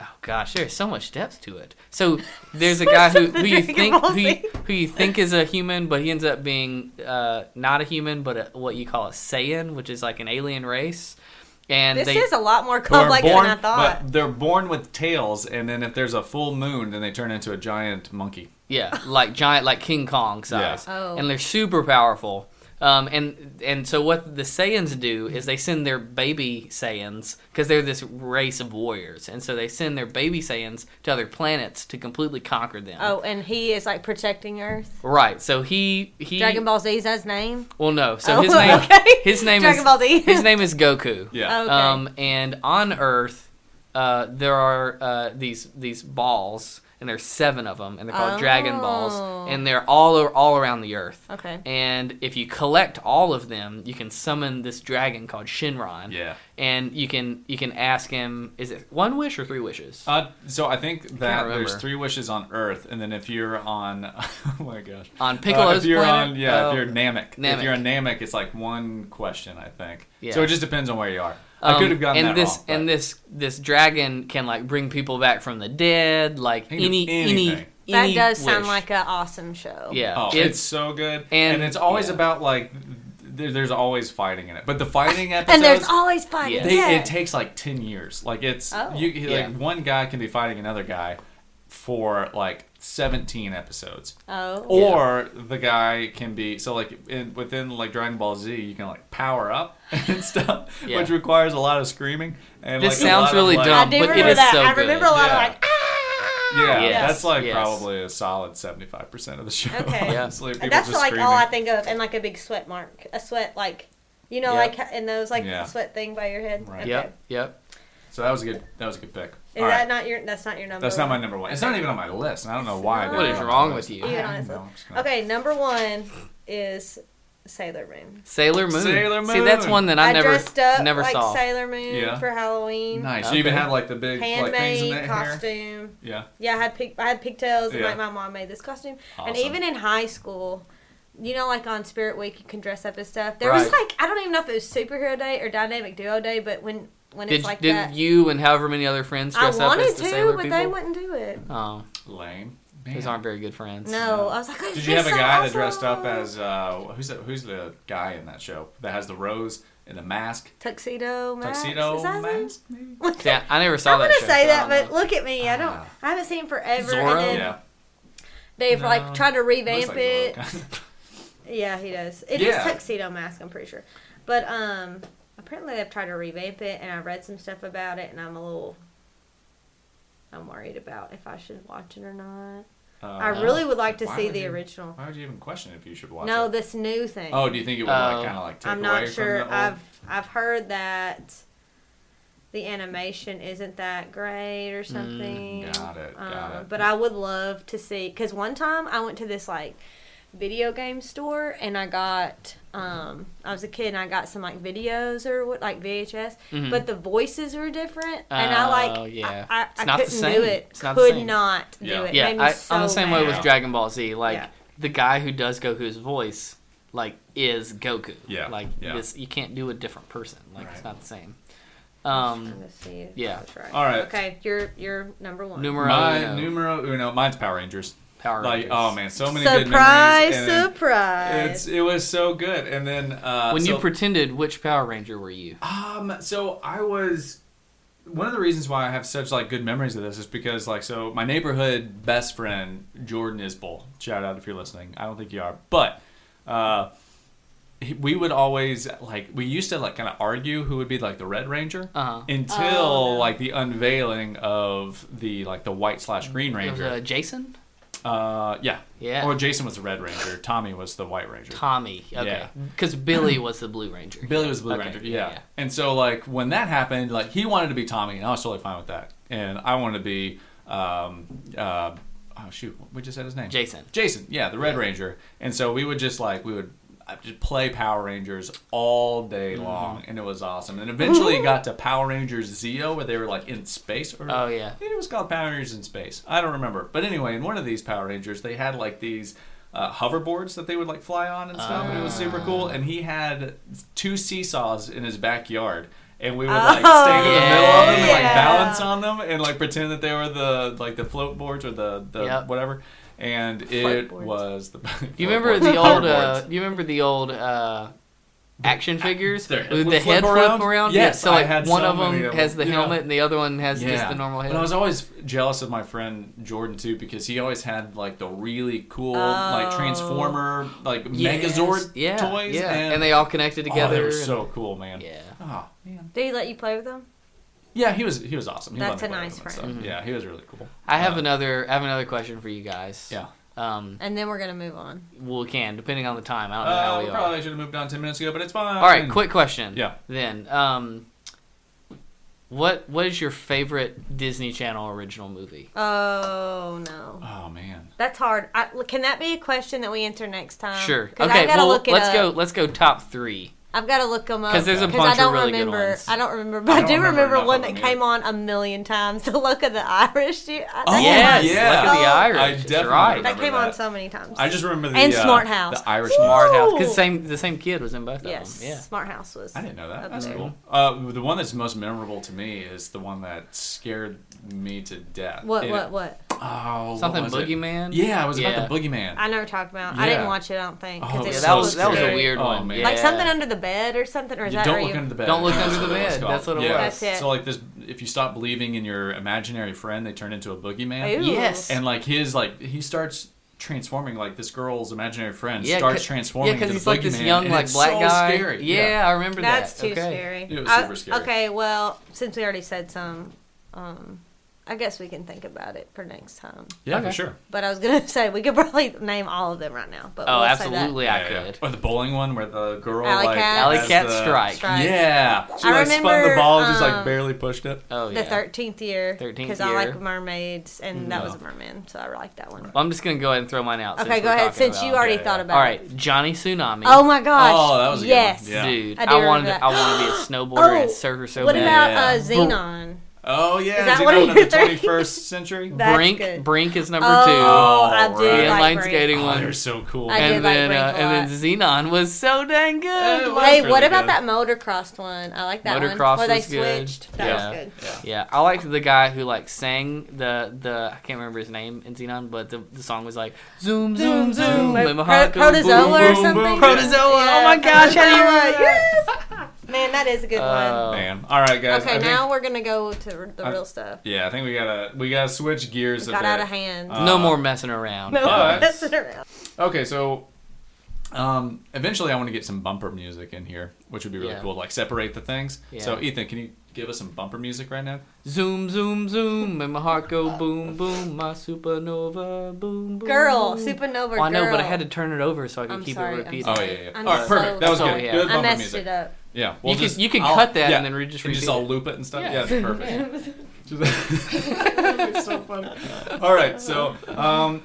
oh gosh there's so much depth to it so there's a guy who, who you
Dragon
think
Ball
who you,
Z.
who you think is a human but he ends up being uh not a human but a, what you call a Saiyan which is like an alien race and
this
they
is a lot more
Who are
complex
born-
than I thought.
But they're born with tails, and then if there's a full moon, then they turn into a giant monkey.
Yeah, like giant, like King Kong size,
Yeah.
Oh.
and they're super powerful. Um, and and so what the Saiyans do is they send their baby Saiyans because they're this race of warriors, and so they send their baby Saiyans to other planets to completely conquer them.
oh, and he is like protecting Earth.
right. So he he
Dragon Ball Z is his name.
Well, no. So
Oh,
his name
okay.
his name
Dragon
is
Ball Z.
his name is Goku.
Yeah.
Okay.
Um, and on Earth, uh, there are uh, these these balls, and there's seven of them, and they're called Dragon
Oh.
Balls, and they're all all around the Earth.
Okay.
And if you collect all of them, you can summon this dragon called Shinron.
Yeah.
And you can you can ask him, is it one wish or three wishes?
Uh, so I think that there's
remember.
three wishes on Earth, and then if you're on, oh my gosh,
On
Uh, if
Piccolo's
you're
planet?
on, yeah,
Oh.
if you're Namek,
Namek.
if you're on Namek, it's like one question, I think.
Yeah.
So it just depends on where you are. I
Um,
could have gotten
and
that
this
wrong. but
and this this dragon can like bring people back from the dead, like
He can do
any any
anything.
That
any
does sound
wish.
like an awesome show.
yeah,
Oh, it's,
it's,
so good,
and-
and, it's always
yeah.
about like there, there's always fighting in it, but the fighting episodes
And there's always fighting.
Yeah.
they,
yeah.
it takes like 10 years like it's
Oh.
you like
Yeah.
one guy can be fighting another guy for like 17 episodes
oh.
or the guy can be so like in, within like Dragon Ball Z, you can like power up and stuff,
Yeah.
which requires a lot of screaming. And
This
like,
sounds
a lot
really
of, like,
I
dumb,
do
Um, but it
remember
is
that.
so
I remember
good.
a lot
Yeah.
of like, ah!
Yeah,
Yes.
that's like
Yes.
probably a solid seventy-five percent of the show.
Okay.
Yeah.
honestly. People
That's
just
like
screaming.
all I think of, and like a big sweat mark, a sweat like, you know,
Yep.
like in those like
Yeah.
sweat thing by your head.
Right.
Okay.
yep, yep.
So that was a good. That was a good pick.
Is
all
that
right,
not your? That's not your number.
that's not my
one?
number one. It's not even on my list, and I don't know why.
not.
that
What
was
is
on
wrong
my
with you?
I
Even
don't
on this
know.
list.
It's not-
Okay, number one is Sailor Moon.
Sailor Moon.
Sailor
See, that's
Moon.
one that I, never
dressed up
never
like
saw.
Sailor Moon
Yeah.
for Halloween.
Nice. You even
Okay.
had like the big like, things in
Handmade
that hair.
costume.
Yeah.
Yeah, I had pig- I had pigtails and
Yeah.
like my mom made this costume. And
Awesome.
even in high school, you know, like on Spirit Week, you can dress up as stuff. There was
Right.
like I don't even know if it was superhero day or dynamic duo day, but when when
Did
it's like
did
that,
you and however many other friends
I
dress up as
wanted
the
to,
Sailor
but
people?
they wouldn't do it.
oh,
Lame.
these
Man.
aren't very good friends.
No, I was like, oh,
Did you have a
this is
guy that
awesome.
dressed up as uh, who's that, who's the guy in that show that has the rose and the mask,
tuxedo? Max?
tuxedo
Is that his name?
mask? maybe?
What the-
Yeah, I never saw
I'm
that
gonna
show,
say
so I
that,
don't
but
know.
look at me. I don't.
Ah.
I haven't seen it forever.
Zorro?
And then
Yeah,
They've
No.
like tried to
looks
revamp
like
it.
Zorro.
Yeah, he does. It is
Yeah.
tuxedo mask, I'm pretty sure. But um apparently they've tried to revamp it and I read some stuff about it and I'm a little I'm worried about if I should watch it or not.
Uh,
I really would like to
Why
see
would
the
you
original.
Why would you even question if you should watch
No,
it?
this new thing.
Oh, do you think it would
Oh.
like kind of like take
I'm
away
not
from
sure.
the old?
I've I've heard that the animation isn't that great
Mm,
or something. Um,
got it, got it.
But I would love to see because one time I went to this like video game store and I got um I was a kid and I got some like videos or what like VHS,
Mhm.
but the voices were different and I
Oh,
like
yeah.
I, I,
It's
I
not the
couldn't do
same.
it.
It's not the
Could
same.
not do
Yeah.
it.
Yeah,
Made me
I,
so
I'm the same way
mad.
with Dragon Ball Z. Like
Yeah.
the guy who does Goku's voice, like is Goku.
Yeah,
like
yeah.
this, you can't do a different person. Like it's
Right.
not the same.
I'm just
Um,
trying to see if
yeah.
I was right.
All right.
Okay, you're you're number one.
numero
My
uno,
numero uno, mine's Power Rangers.
Power
Like,
Rangers.
oh man, so many good
surprise,
memories. and then
surprise.
It's it was so good, and then uh,
When you
so-
pretended, which Power Ranger were you?
Um, so I was one of the reasons why I have such like good memories of this is because like so my neighborhood best friend Jordan Isbell, shout out if you're listening. I don't think you are, but uh, he- we would always like we used to like kind of argue who would be like the Red Ranger
Uh-huh.
until
Oh, no.
like the unveiling of the like the white slash green
It was
ranger.
uh, Jason,
uh, yeah,
Yeah.
Or Jason was the Red Ranger. Tommy was the white ranger.
Tommy. Okay,
Yeah.
because Billy was the Blue Ranger.
Billy was the Blue
Okay,
Ranger. Yeah. And so like when that happened, like he wanted to be Tommy, and I was totally fine with that. And I wanted to be, um, uh, oh shoot, we just said his name.
Jason.
Jason. Yeah, the Red Ranger. And so we would just like we would uh, just play Power Rangers all day long, and it was awesome. And eventually it got to Power Rangers Zeo, where they were like in space. Or,
Oh, yeah.
Maybe it was called Power Rangers in Space. I don't remember. But anyway, in one of these Power Rangers, they had like these uh, hoverboards that they would like fly on and stuff. and it was super cool. And he had two seesaws in his backyard. And we would like
Oh,
stand in the middle of them and like
yeah.
balance on them and like pretend that they were the like the float boards or the, the
Yep.
whatever. And
Float
it
boards.
was the.
You
float
remember
boards,
the old? Uh,
hoverboards.
you remember the old uh, action figures
their head would
with the
flip
head
around?
flip around?
Yes,
so
I
like
had
one
so
of them
many of
has the
them. Yeah.
helmet and the other one has just the normal head.
But I was always jealous of my friend Jordan too because he always had like the really cool like
Oh.
Transformer like
Yes,
Megazord
yeah,
toys
yeah,
and,
and, they all connected
oh, they
together.
were
and-
so cool, man.
yeah,
Oh man.
Did he let you play with them?
Yeah, he was he was awesome. He
That's
let me
a
play
nice
with him and stuff.
friend.
Yeah, he was really cool.
Mm-hmm. I have
Uh,
another. I have another question for you guys.
Yeah.
Um,
And then we're gonna move on.
well, we can depending on the time. I don't know
Uh,
how
we
we are.
probably should have moved on ten minutes ago, but it's fine.
All right, quick question.
Yeah.
Then, um, what what is your favorite Disney Channel original movie?
Oh no,
Oh man.
that's hard. I, can that be a question that we answer next time?
Sure.
Um, 'Cause I
Okay.
gotta
Well,
look it
let's
up.
go. Let's go top three.
I've got to look them up
'Cause there's a bunch
I
of
don't
really good
remember.
ones.
I don't remember, but
I
I,
don't
do
remember
remember,
enough
one
of
that
them
came on a million times. The look of the Irish. You, I,
Oh,
yes,
yeah.
look at the
Oh,
Irish.
I
It's
definitely
right.
remember
that came on
that.
so many times.
I just remember the
And
uh,
Smart House.
the Irish
Smart
House.
House because
Ooh.
same the same kid was in both
yes,
of them. Yeah.
Smart House was.
I didn't know that.
up
That's
there.
cool. Uh, the one that's most memorable to me is the one that scared me to death.
What?
And
What?
it-
What?
Oh, what
Something
was it?
boogeyman.
Yeah, it was
Yeah.
about the boogeyman.
I never talked about. I didn't
Yeah.
watch it. I don't think. 'cause
Oh,
it
yeah,
Yeah,
was
that
so
was that was a
scary.
weird
Oh,
one.
man.
Yeah.
Like something under the bed or something, or is
You
that
don't
where
look
you?
under the bed.
Don't look
That's
under
what
the
it was
bed.
called.
That's what it
yeah.
was. That's it.
So like this, if you stop believing in your imaginary friend, they turn into a boogeyman.
Ooh.
Yes.
And like his, like he starts transforming. Like this girl's imaginary friend
Yeah,
starts
'cause-
transforming
Yeah,
into
because
the
he's
boogeyman.
like this young
and
like
it's
black
so
guy.
Scary.
Yeah, I remember
That's
that.
too
okay.
scary.
It was
I-
super scary.
Okay, well, since we already said some, um, I guess we can think about it for next time.
Yeah, for
Okay.
sure.
But I was gonna say we could probably name all of them right now. But
Oh,
we'll Say
absolutely, I
Yeah, yeah, yeah.
could.
Or the bowling one where the girl
Alley
like
cat.
Alley
has
cat
the-
strike.
that. Strike.
Yeah, she
I
like spun the
remember,
ball and just like
um,
barely pushed it.
Oh yeah.
The thirteenth year,
13th
I
year. Mm.
like mermaids, and that was
No.
a merman, so I like that one.
Well, I'm just gonna go ahead and throw mine out.
Okay,
since
go
we're
ahead.
talking
Since
about
you
it.
already
yeah,
thought
yeah.
about
All
it.
right, Johnny Tsunami.
Oh my gosh!
Oh, that was a good one.
yes.
Yeah.
dude,
I
I,
do remember
wanted
that. Oh,
to, I wanted to be a snowboarder and surfer so
what
bad.
about uh,
Yeah.
Xenon?
Oh yeah,
Is that
Xenon
one of
of
your
the
three?
twenty first century?
That- That's
Brink,
good.
Brink is number
oh, I
Oh,
do
right.
two.
Yeah,
like
line
Brink.
skating
oh,
one.
they're so cool.
I did
and
like
then
Brink
uh,
a
and then Xenon was so dang
Yeah,
good.
it
Like-
Hey,
really
what about
good.
that motocross one? I like that
Motocross
one where they
was good.
switched. That
Yeah.
was good.
Yeah.
Yeah, I liked the guy who like sang the the I can't remember his name in Xenon, but the, the song was like zoom zoom zoom,
Like
Lay my
pro-
heart go boom,
protozoa
boom,
or
boom.
something.
Protozoa.
Yeah,
oh my gosh, how do you
protozoa,
remember that?
Yes. Man, that is a good
Uh,
Man, all right,
one.
guys. I
Okay,
think-
now we're gonna go to r- the
I-
real stuff.
yeah, I think we gotta we gotta switch gears
It
a
got
bit.
out of hand.
Uh,
No more messing around.
no,
alright.
that's it around.
Okay, so um, eventually I want to get some bumper music in here, which would be really
Yeah.
cool. Like separate the things. So
Yeah.
Ethan, can you give us some bumper music right now?
Zoom zoom zoom, and my heart go boom boom, my supernova boom boom.
Girl,
boom.
supernova.
Well, I know, but I
girl.
had to turn it over so I could
I'm
keep
sorry,
it
I'm
repeated.
Oh
sorry.
yeah, yeah.
I'm
All right,
so-
perfect. That was
so-
good.
yeah.
Good
I
bumper
messed
music.
it up.
Yeah, we'll
you
just
can you can
I'll-
cut that
yeah,
and then re- just
and
repeat
just all
it.
loop it and stuff.
Yeah.
Yeah, that's perfect. It's so funny. All right, so um,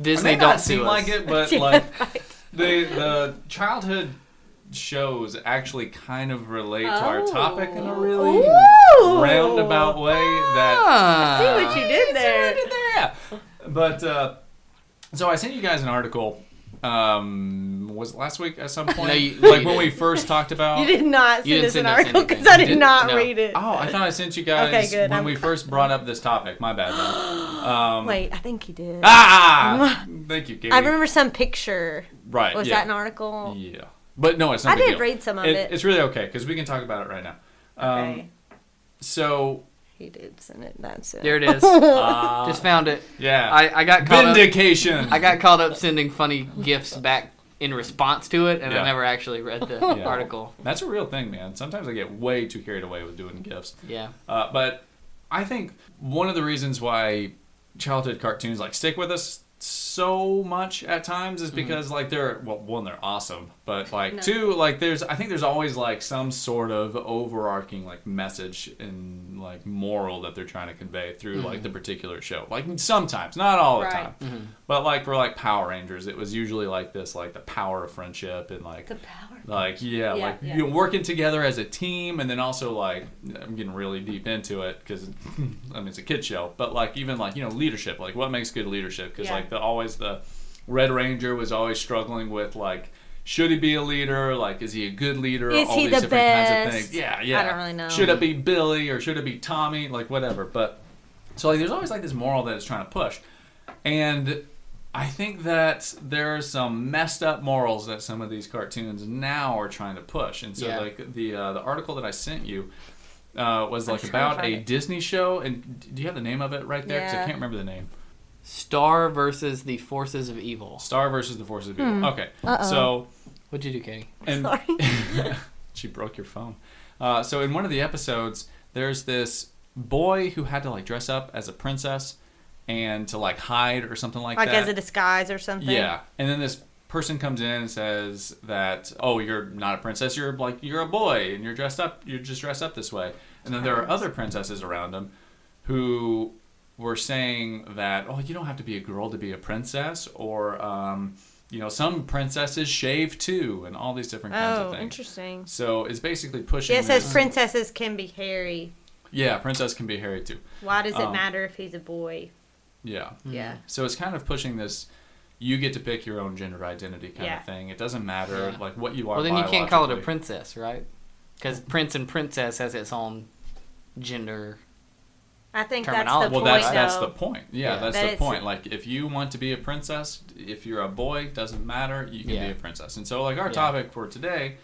Disney
I may
don't
not seem
sue us.
like it, but
Yeah,
like
right.
the the childhood shows actually kind of relate to our
Oh.
topic in a really
Ooh.
roundabout way that
Ah.
See what you did there.
yeah. But uh, so I sent you guys an article. Um, was it last week at some point?
you-
like
you
when
did.
we first talked about.
You did not
Oh. You
send
didn't
us an
send us
article
anything.
because I
You
did
didn't?
not
No.
read it.
Oh, I thought I sent you guys
Okay, good.
when
I'm-
we first brought up this topic. My bad. man. Um,
Wait, I think you did.
Ah, thank you, Katie.
I remember some picture.
Right.
Was
yeah.
that an article?
Yeah. But no, it's not.
I
a big
did
deal.
read some of
It-
it.
It's really okay because we can talk about it right now. Um,
okay.
So
He did send it. That's it.
There it is.
uh,
Just found it.
yeah,
I, I got caught up.
vindication.
I got caught up sending funny gifts back in response to it, and
Yeah.
I never actually read the
Yeah.
article.
That's a real thing, man. Sometimes I get way too carried away with doing gifts.
Yeah.
Uh, but I think one of the reasons why childhood cartoons like stick with us so much at times is because like they're well one they're awesome but like
Mm-hmm. No.
two like there's I think there's always like some sort of overarching like message and like moral that they're trying to convey through like the particular show like sometimes not all the
Mm-hmm. Right. Mm-hmm.
time but like for like Power Rangers it was usually like this like the power of friendship and like
The power.
like yeah,
Yeah,
like
yeah.
you're working together as a team and then also like i'm getting really deep into it because i mean it's a kid show but like even like you know leadership like what makes good leadership because
Yeah.
like the always the red ranger was always struggling with like should he be a leader like is he a good leader
Is
all
he
these
the
different kinds of
best?
things yeah yeah
don't really know.
should it be billy or should it be tommy like whatever but so like there's always like this moral that it's trying to push and I think that there are some messed up morals that some of these cartoons now are trying to push, and so
Yeah.
like the uh, the article that I sent you uh, was
I'm
like
trying to
about a
find it.
Disney show, and do you have the name of it right there? Because I
Yeah.
can't remember the name.
Star versus the forces of evil.
Star versus the Forces of Evil. Okay,
Hmm. Uh-oh.
so
What'd you do, Katie?
and
Sorry.
she broke your phone. Uh, so in one of the episodes, there's this boy who had to like dress up as a princess and to like hide or something like,
like
that.
as a disguise or something.
Yeah, and then this person comes in and says that, "Oh, you're not a princess. You're like you're a boy, and you're dressed up. You're just dressed up this way." And then there are other princesses around him who were saying that, "Oh, you don't have to be a girl to be a princess," or um, you know, some princesses shave too, and all these different kinds of
Oh,
things.
interesting.
So it's basically pushing.
Yeah, it says
this-
princesses can be hairy.
Yeah, princess can be hairy too.
Why does it
Um, hmm.
matter if he's a boy?
Yeah.
Yeah.
So it's kind of pushing this. You get to pick your own gender identity kind
Yeah.
of thing. It doesn't matter
Yeah.
like what you are.
Well, then you can't call it a
biologically.
princess, right? Because prince and princess has its own gender.
I think that's the
Terminology.
Well,
point.
that's that's
though.
the point. Yeah,
Yeah.
that's
That
the
it's-
point. Like, if you want to be a princess, if you're a boy, doesn't matter. You can
Yeah.
be a princess. And so, like, our
Yeah.
topic for today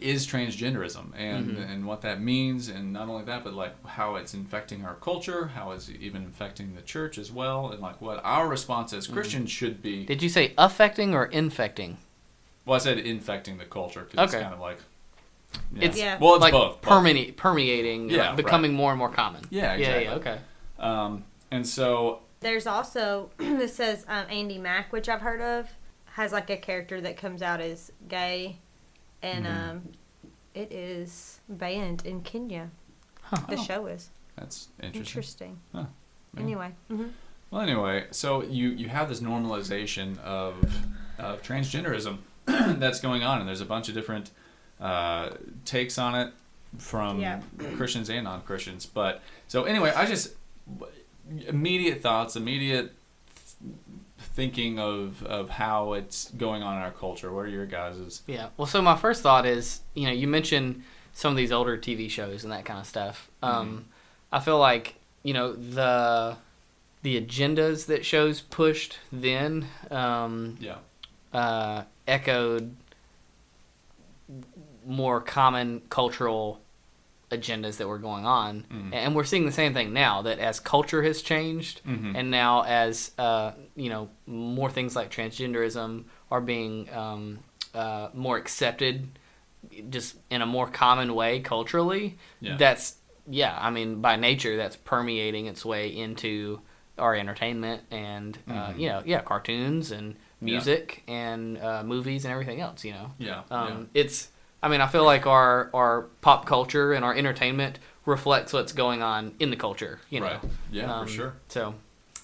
is transgenderism and
Mm-hmm.
and what that means, and not only that, but like how it's infecting our culture, how it's even infecting the church as well, and like what our response
Mm-hmm.
as Christians should be.
Did you say affecting or infecting?
well, I said infecting the culture because it's
Okay.
kind of like
It's
Yeah.
well, it's
like
both both.
permeate, permeating,
Yeah,
like, becoming more and more common.
Yeah,
yeah, yeah.
exactly.
Okay.
Um, and so
There's also this says um, Andy Mack, which I've heard of, has like a character that comes out as gay, and
Mm-hmm.
um, it is banned in Kenya.
Huh.
The
Oh.
show is
that's interesting.
interesting.
Huh. Yeah.
Anyway, mhm.
Well, anyway, so you you have this normalization of of transgenderism that's going on, and there's a bunch of different uh, takes on it from
Yeah.
Christians and non Christians. But so anyway, I just immediate thoughts, immediate thinking of of how it's going on in our culture. What are your guys's?
Yeah. Well, so my first thought is, you know, you mentioned some of these older TV shows and that kind of stuff.
Mm-hmm.
Um, I feel like you know the the agendas that shows pushed then um,
Yeah,
uh, echoed more common cultural agendas that were going on,
Mhm.
and we're seeing the same thing now. That as culture has changed,
Mhm.
and now as uh, you know, more things like transgenderism are being um, uh, more accepted, just in a more common way culturally.
Yeah.
That's yeah. I mean, by nature, that's permeating its way into our entertainment and uh,
Mhm.
you know, yeah, cartoons and
Yeah.
music and uh, movies and everything else. You know,
yeah, yeah.
um, it's. I mean, I feel like our our pop culture and our entertainment reflects what's going on in the culture. You know,
right, yeah,
Um,
for sure.
So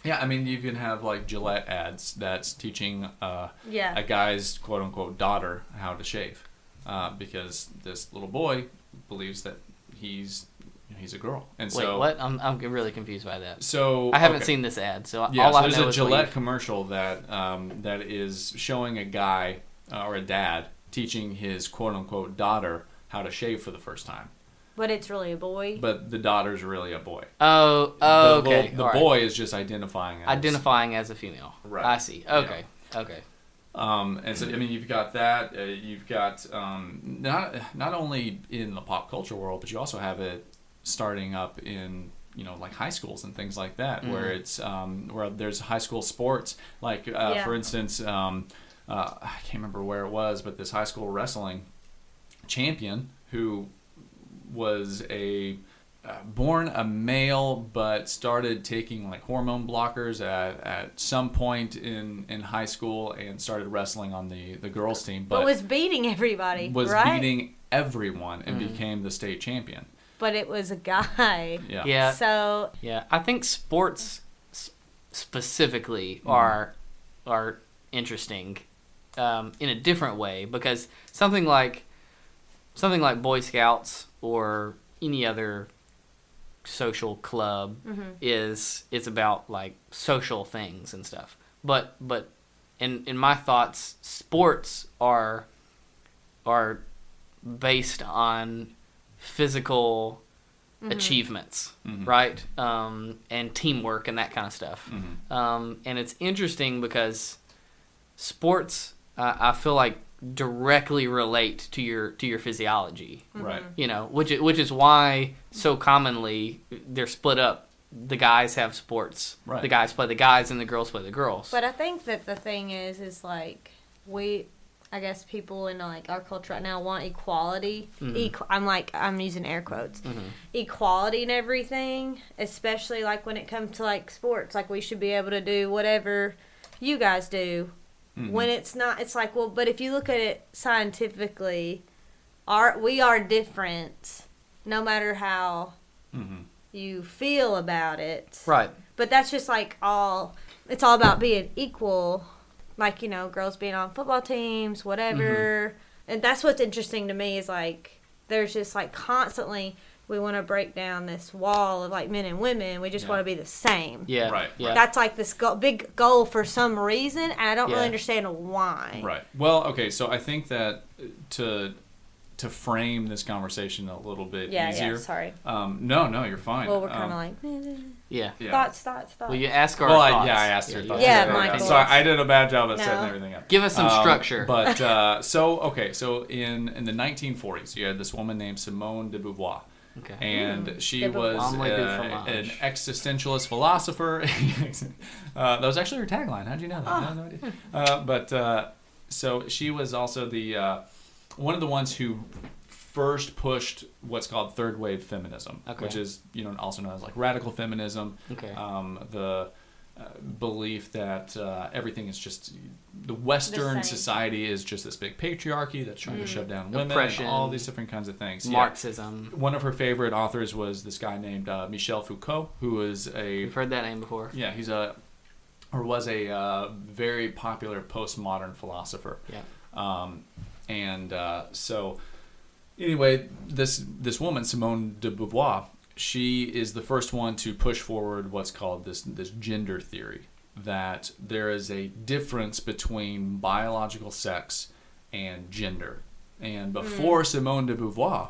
Yeah, I mean, you can have like Gillette ads that's teaching. Uh,
yeah,
a guy's quote unquote daughter how to shave uh, because this little boy believes that he's he's a girl and
wait,
so
what? I'm I'm really confused by that.
so
I haven't
okay.
seen this ad, so
yeah
all
so
I
there's
know
a
is
Gillette
leave.
commercial that um, that is showing a guy uh, or a dad teaching his quote unquote daughter how to shave for the first time
but it's really a boy.
but the daughter's really a boy
Oh,
the,
oh, okay.
little- the
all right.
boy is just identifying as,
identifying as a female.
Right.
I see. Okay. Okay.
Um, and so, I mean, you've got that. Uh, you've got um, not not only in the pop culture world, but you also have it starting up in you know like high schools and things like that, where it's um, where there's high school sports. Like uh,
Yeah.
for instance, um, uh, I can't remember where it was, but this high school wrestling champion who was a uh, born a male but started taking like hormone blockers at, at some point in, in high school and started wrestling on the, the girls team
but
but
was beating everybody,
was
right?
beating everyone and became the state champion
but it was a guy.
yeah
Yeah.
So
Yeah. I think sports s- specifically are are interesting um, in a different way because something like something like Boy Scouts or any other social club is it's about like social things and stuff. But but in in my thoughts, sports are are based on physical achievements, right? Um, and teamwork and that kind of stuff.
Mm-hmm.
Mm-hmm.
Um, and it's interesting because sports, uh, I feel like, directly relate to your to your physiology
Mm-hmm.
right
you know, which i- which is why so commonly they're split up. The guys have sports.
Right.
The guys play the guys, and the girls play the girls.
But I think that the thing is, is like we, I guess people in like our culture right now want equality. Equ- I'm like I'm using air quotes, equality and everything. Especially like when it comes to like sports, like we should be able to do whatever you guys do. When it's not, it's like well, but if you look at it scientifically, are we are different, no matter how
Mm-hmm.
you feel about it,
right.
but that's just like all. It's all about being equal like you know girls being on football teams whatever
Mm-hmm.
and that's what's interesting to me is like there's just like constantly we want to break down this wall of like men and women we just
Yeah.
want to be the same
Yeah.
Right,
Yeah.
that's like this go- big goal for some reason and i don't
Yeah.
really understand why
Right. Well, okay. So I think that uh, to to frame this conversation a little bit
yeah
easier.
yeah sorry
Um, no, no, you're fine.
well we're
Um,
kind of like eh,
yeah.
yeah.
thoughts thoughts thoughts
Well, you ask our
Well, I,
thoughts.
yeah, I asked her.
you
thoughts.
asked
Yeah,
our
There we go.
Michael.
Sorry, I did a bad job of setting
No.
everything up.
Give us some
Um,
structure.
But uh, so okay, so in in the 1940s, you had this woman named Simone de Beauvoir. Mm.
Okay.
And she
Mm. de Beauvoir.
was
Omelette du
uh, an
fromage.
existentialist philosopher. uh, that was actually her tagline. How'd you know that? I had no idea. Uh, but uh, so she was also the uh, one of the ones who first pushed what's called third wave feminism,
Okay.
which is you know also known as like radical feminism.
Okay.
Um, the uh, belief that uh, everything is just the Western
same.
society is just this big patriarchy that's trying to shove down women,
Oppression.
and all these different kinds of things. Yeah.
Marxism.
One of her favorite authors was this guy named uh, Michel Foucault, who is a
You've heard that name before.
yeah, he's a or was a uh, very popular postmodern philosopher.
Yeah.
Um, and uh, so, anyway, this this woman Simone de Beauvoir, she is the first one to push forward what's called this this gender theory that there is a difference between biological sex and gender. And before Simone de Beauvoir,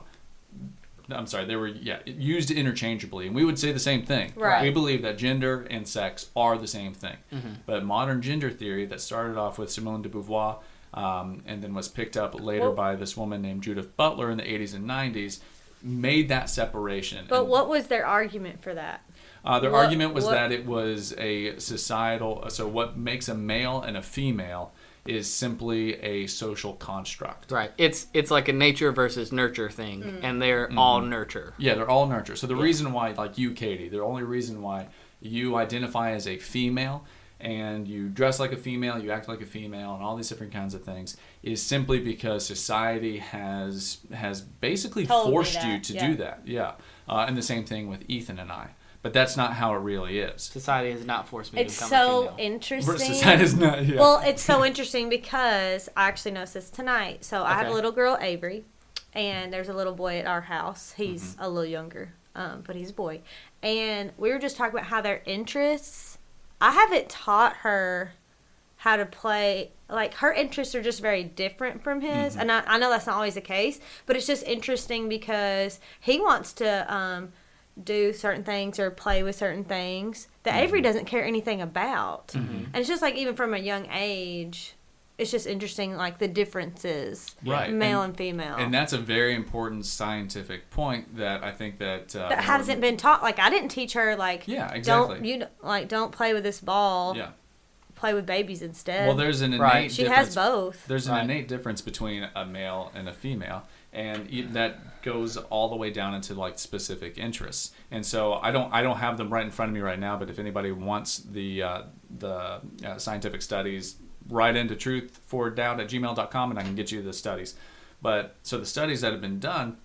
I'm sorry, they were yeah used interchangeably, and we would say the same thing.
Right.
We believe that gender and sex are the same thing.
Mm-hmm.
But modern gender theory that started off with Simone de Beauvoir um, and then was picked up later
Well-
by this woman named Judith Butler in the 80s and 90s made that separation.
but
And,
what was their argument for that
uh, their
what-
argument was
what-
that it was a societal. So what makes a male and a female is simply a social construct.
Right. It's it's like a nature versus nurture thing,
Mm.
and they're
Mm-hmm.
all nurture.
Yeah, they're all nurture. So the reason why, like you, Katie, the only reason why you identify as a female and you dress like a female, you act like a female, and all these different kinds of things is simply because society has has basically
Told me
forced
that,
you to
yeah.
do that. Yeah, uh, and the same thing with Ethan and I. But that's not how it really is.
Society has not forced me
it's
to become a
so e-
female.
interesting
Society is not. Yeah.
Well, it's so interesting because I actually noticed this tonight. So I have a
Okay.
little girl, Avery, and there's a little boy at our house. He's a little younger, um, but he's a boy. And we were just talking about how their interests. I haven't taught her how to play. Like her interests are just very different from his,
Mm-hmm.
and I, I know that's not always the case, but it's just interesting because he wants to. Um, do certain things or play with certain things that
Mm-hmm.
Avery doesn't care anything about. And it's just like even from a young age, it's just interesting like the differences,
Right,
male and,
and-
female.
and that's a very important scientific point that I think that uh,
that hasn't been taught. Like I didn't teach her like
Yeah,
don't
exactly.
you like don't play with this ball,
Yeah.
play with babies instead.
Well, there's an innate
Right.
she has
difference
both.
There's an
Right.
innate difference between a male and a female, and e- that goes all the way down into like specific interests. And so I don't I don't have them right in front of me right now, but if anybody wants the uh, the uh, scientific studies, write into truth forward down at gmail.com and I can get you the studies. But so the studies that have been done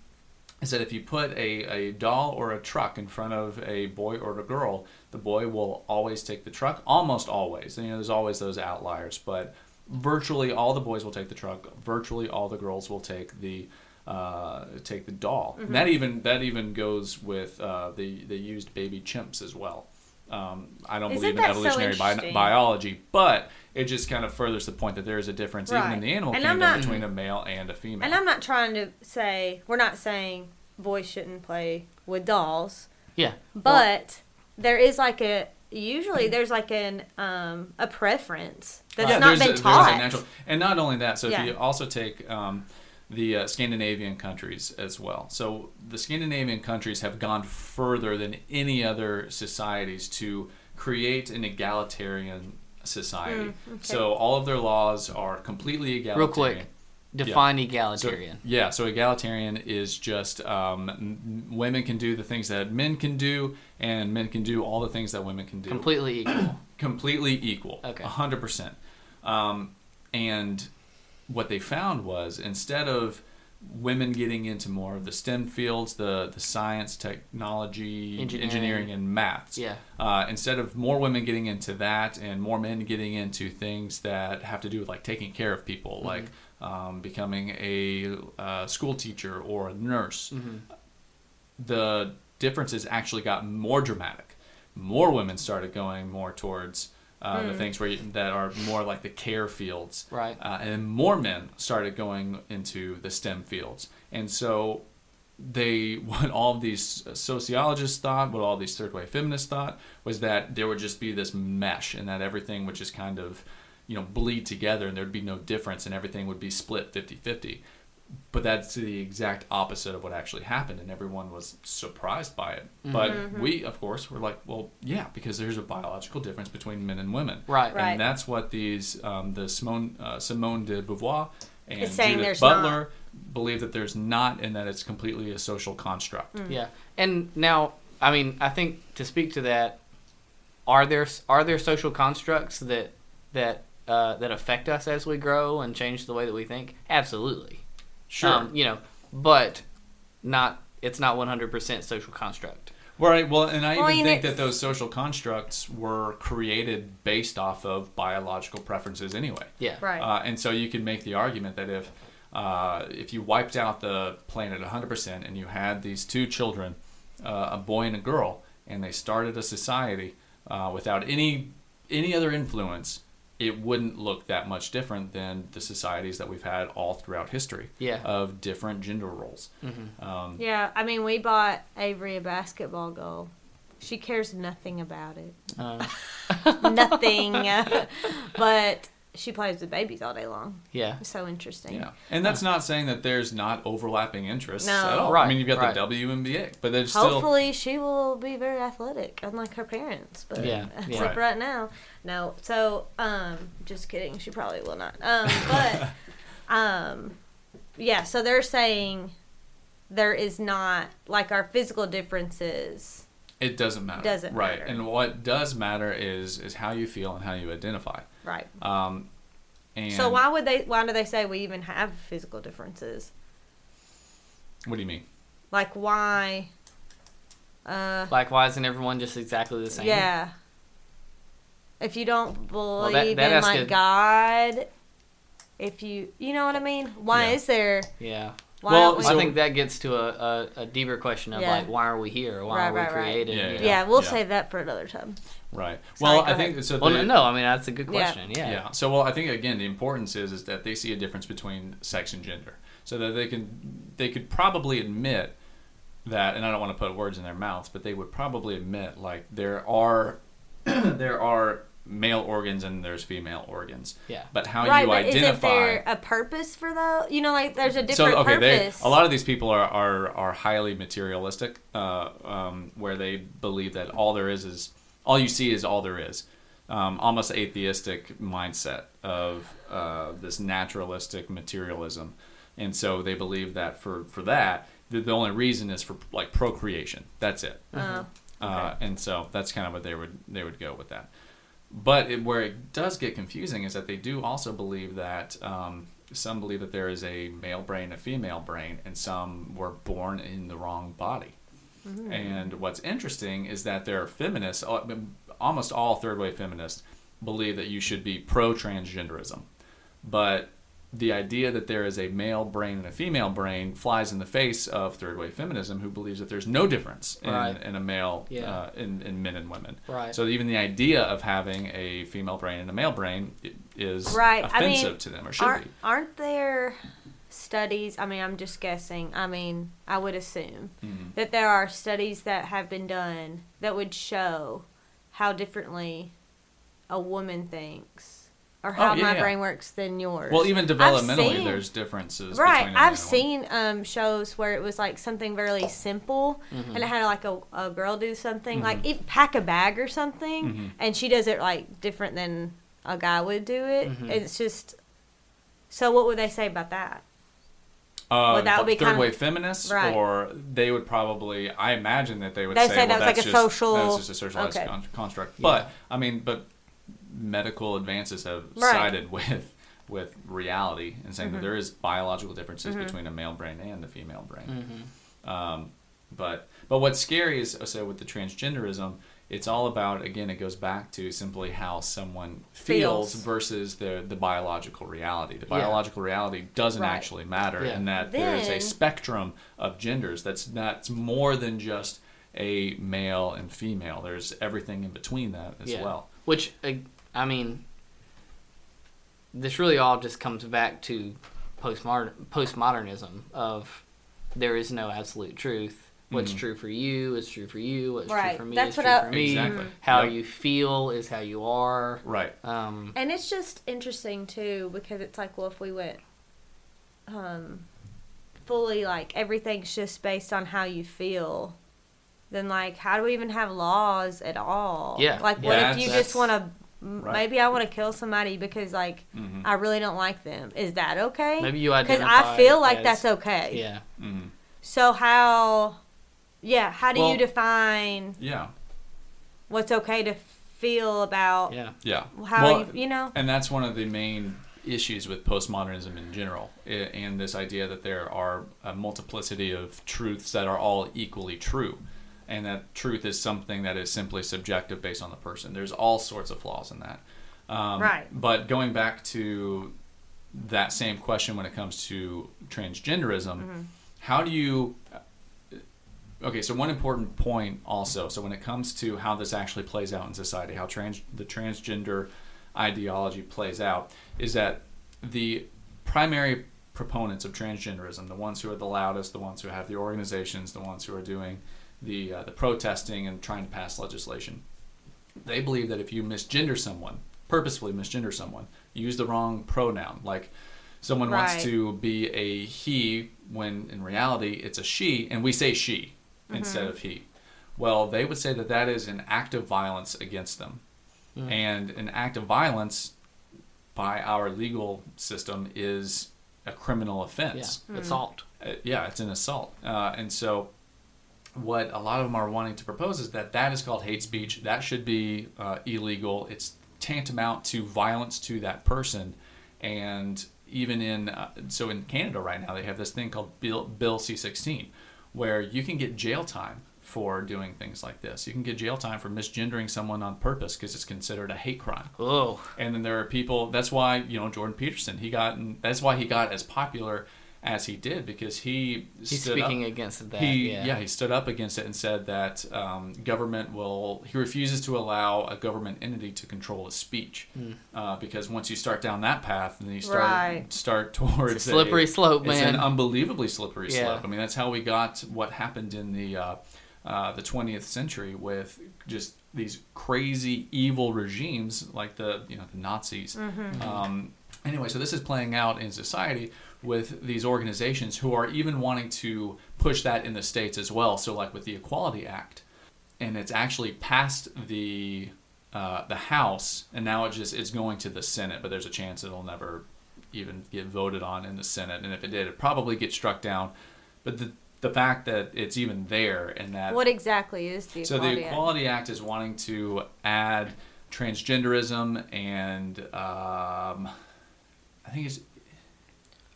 is that if you put a, a doll or a truck in front of a boy or a girl, the boy will always take the truck, almost always. And, you know, there's always those outliers, but virtually all the boys will take the truck. Virtually all the girls will take the uh, take the doll.
Mm-hmm.
And that even that even goes with uh, the they used baby chimps as well. Um, I don't
Isn't
believe in
that so
evolutionary bi-
interesting?
biology, but it just kind of furthers the point that there is a difference even in
Right.
the animal
And I'm
kingdom
not- Mm-hmm.
between a male and a female.
And I'm not trying to say we're not saying boys shouldn't play with dolls.
yeah.
but there is like a usually there's like an um a preference that's
Hmm. Yeah,
not
there's
been
a-
taught
There's a natural, and not only that, so
Yeah.
if you also take um, the uh, Scandinavian countries as well. So the Scandinavian countries have gone further than any other societies to create an egalitarian society.
Mm,
So all of their laws are completely egalitarian.
Real quick, define egalitarian.
So, yeah, so egalitarian is just um, m- women can do the things that men can do, and men can do all the things that women can do
Completely equal.
completely equal.
Okay.
100%. Um, and what they found was instead of women getting into more of the STEM fields, the the science, technology,
Engineering.
engineering, and maths.
Yeah.
Uh, instead of more women getting into that and more men getting into things that have to do with like taking care of people,
Mm-hmm.
like um, becoming a uh, school teacher or a nurse,
Mm-hmm.
the differences actually got more dramatic. More women started going more towards uh, the things where you, that are more like the care fields,
Right.
Uh, and more men started going into the STEM fields, and so they what all these sociologists thought, what all these third wave feminists thought, was that there would just be this mesh, and that everything would just kind of you know bleed together, and there'd be no difference, and everything would be split 50-50 but that's the exact opposite of what actually happened and everyone was surprised by it but
Mm-hmm.
we of course were like well yeah because there's a biological difference between men and women
Right.
and
Right.
that's what these um, the simone uh, simone de beauvoir and
It's saying
judith
there's
butler believe that there's not and that it's completely a social construct
Mm.
Yeah, and now I mean I think to speak to that, are there are there social constructs that that uh, that affect us as we grow and change the way that we think? Absolutely.
sure
Um, you know, but not it's not one hundred percent social construct.
Right. Well, and I
Well,
even
and
think that
it's-
those social constructs were created based off of biological preferences anyway.
Yeah.
Right.
Uh, and so you can make the argument that if uh, if you wiped out the planet 100% and you had these two children, uh, a boy and a girl, and they started a society uh, without any any other influence, it wouldn't look that much different than the societies that we've had all throughout history
Yeah.
of different gender roles. Um,
Yeah, I mean, we bought Avery a basketball goal. She cares nothing about it.
Uh,
nothing. but she plays with babies all day long.
yeah.
So interesting.
Yeah, and that's not saying that there's not overlapping interests
No.
at all.
Right,
I mean, you've got
right.
the WNBA, but there's still
Hopefully, she will be very athletic, unlike her parents. But
Yeah, yeah.
except right now, no. So, um, just kidding. She probably will not. Um, but, um, yeah. So they're saying there is not like our physical differences.
it doesn't matter.
Doesn't
right,
matter.
and what does matter is is how you feel and how you identify.
Right.
Um, and
so why would they? Why do they say we even have physical differences?
What do you mean?
Like why? Uh,
Like why isn't everyone just exactly the same?
Yeah. If you don't
that-
believe
that
in
has
like
to-
God, if you you know what I mean, why
Yeah.
is there?
Yeah.
Why
Well,
don't we,
so-
I think that gets to a, a, a deeper question of
Yeah.
like why are we here? Why
Right,
are we
right, right.
created?
Yeah,
you
yeah,
know?
we'll
yeah.
save that for another time.
Right.
Sorry,
well,
go
I think
ahead.
so.
Well,
the-
no, no, I mean that's a good
Yeah.
question. Yeah.
Yeah. So, well, I think again the importance is is that they see a difference between sex and gender, so that they can they could probably admit that, and I don't want to put words in their mouths, but they would probably admit like there are there are male organs and there's female organs.
Yeah.
But how
right,
you
but isn't
identify.
there a purpose for though? You know, like there's a different
so okay, they,
purpose.
a lot of these people are are, are highly materialistic, uh, um, where they believe that all there is is all you see is all there is, um, almost atheistic mindset of uh, this naturalistic materialism, and so they believe that for for that the, the only reason is for like procreation. That's it.
Oh,
Uh, and so that's kind of what they would they would go with that. But it, where it does get confusing is that they do also believe that um, some believe that there is a male brain, a female brain, and some were born in the wrong body.
Mm-hmm.
And what's interesting is that there are feminists, al- almost all third wave feminists, believe that you should be pro transgenderism. But the idea that there is a male brain and a female brain flies in the face of third wave feminism, who believes that there's no difference in,
Right.
in a male,
Yeah.
uh, in, in men and women.
Right.
So even the idea of having a female brain and a male brain i- is
Right, I mean,
offensive to them, or should
aren't,
be.
aren't there studies? I mean, I'm just guessing. I mean, I would assume
Hmm.
that there are studies that have been done that would show how differently a woman thinks or how
Oh, yeah,
my
yeah.
brain works than yours.
Well, even
I've
developmentally,
seen-
there's differences.
Right,
between a man and
I've
a woman.
seen um, shows where it was like something really simple,
Mm-hmm.
and it had like a, a girl do something, like ev pack a bag or something,
Mm-hmm.
and she does it like different than a guy would do it.
Mm-hmm.
It's just, so what would they say about that?
Uh,
Well, that would be
third
kind of-
wave feminists,
Right.
or they would probably. I imagine that they would
They'd
say,
say
well,
that was like
that's
a
just,
social-
That's just a socialized
okay.
con- construct. But I mean, but medical advances have
Right. Mm-hmm.
sided with with reality and saying that there is biological differences between a male brain and the female brain. Um, but but what's scary is so with the transgenderism, it's all about again it goes back to simply how someone feels,
Feels.
versus the the biological reality. The
Yeah.
biological reality doesn't
Right.
actually matter,
Yeah.
and that there is a
Then-
spectrum of genders that's that's more than just a male and female. There's everything in between that as
Yeah.
well.
Which I, I mean, this really all just comes back to postmodern postmodernism of there is no absolute truth.
Mm.
What's true for you is true for you. What's
Right.
true for me
That's
is
what
true
I-
for me.
Exactly.
How
Yep.
you feel is how you are.
Right.
Um,
And it's just interesting too because it's like, well, if we went um, fully like everything's just based on how you feel, then like, how do we even have laws at all?
Yeah.
Like,
Yeah,
what if you
that's-
just want to?
Right.
Maybe I want to kill somebody because like
Mhm.
I really don't like them. Is that okay?
maybe you
Because
identify.
I feel like
as-
that's okay.
Yeah.
Mhm.
So how? Yeah. How do
Well-
you define
Yeah.
what's okay to feel about?
Yeah.
Yeah.
How
Well,
you, you know?
And that's one of the main issues with postmodernism in general, i- and this idea that there are a multiplicity of truths that are all equally true, and that truth is something that is simply subjective based on the person. There's all sorts of flaws in that. Um,
Right.
But going back to that same question when it comes to transgenderism, how do you uh, okay so one important point also so when it comes to how this actually plays out in society how trans the transgender ideology plays out is that the primary proponents of transgenderism the ones who are the loudest the ones who have the organizations the ones who are doing the uh, the protesting and trying to pass legislation they believe that if you misgender someone, purposefully misgender someone, you use the wrong pronoun. Like someone wants
Right.
to be a he when in reality it's a she, and we say she instead of he. Well, they would say that that is an act of violence against them. And an act of violence by our legal system is a criminal
Yeah.
offense
Mm.
Assault.
uh, yeah, it's an assault. Uh, and so, what a lot of them are wanting to propose is that that is called hate speech. That should be uh, illegal. It's tantamount to violence to that person. And even in uh, so in Canada right now, they have this thing called Bill Bill C sixteen, where you can get jail time for doing things like this. You can get jail time for misgendering someone on purpose because it's considered a hate crime
Oh.
and then there are people that's why you know jordan peterson he got that's why he got as popular as he did because he
He's
stood
speaking
up,
against that.
he
yeah.
yeah. he stood up against it and said that um, government will he refuses to allow a government entity to control his speech
Hmm.
uh, because once you start down that path then you start
Right.
start towards
It's a slippery slope,
it's
man.
an unbelievably slippery
Yeah.
slope. I mean, that's how we got what happened in the uh, uh, the 20th century with just these crazy evil regimes like the you know the Nazis.
Mm-hmm.
Um, anyway, so this is playing out in society with these organizations who are even wanting to push that in the states as well. So like with the Equality Act, and it's actually passed the uh, the House, and now it just it's going to the Senate. But there's a chance it'll never even get voted on in the Senate, and if it did, it probably get struck down. But the the fact that it's even there and that
What exactly is the
so
equality?
the
Act?
Equality Act is wanting to add transgenderism and um, I think it's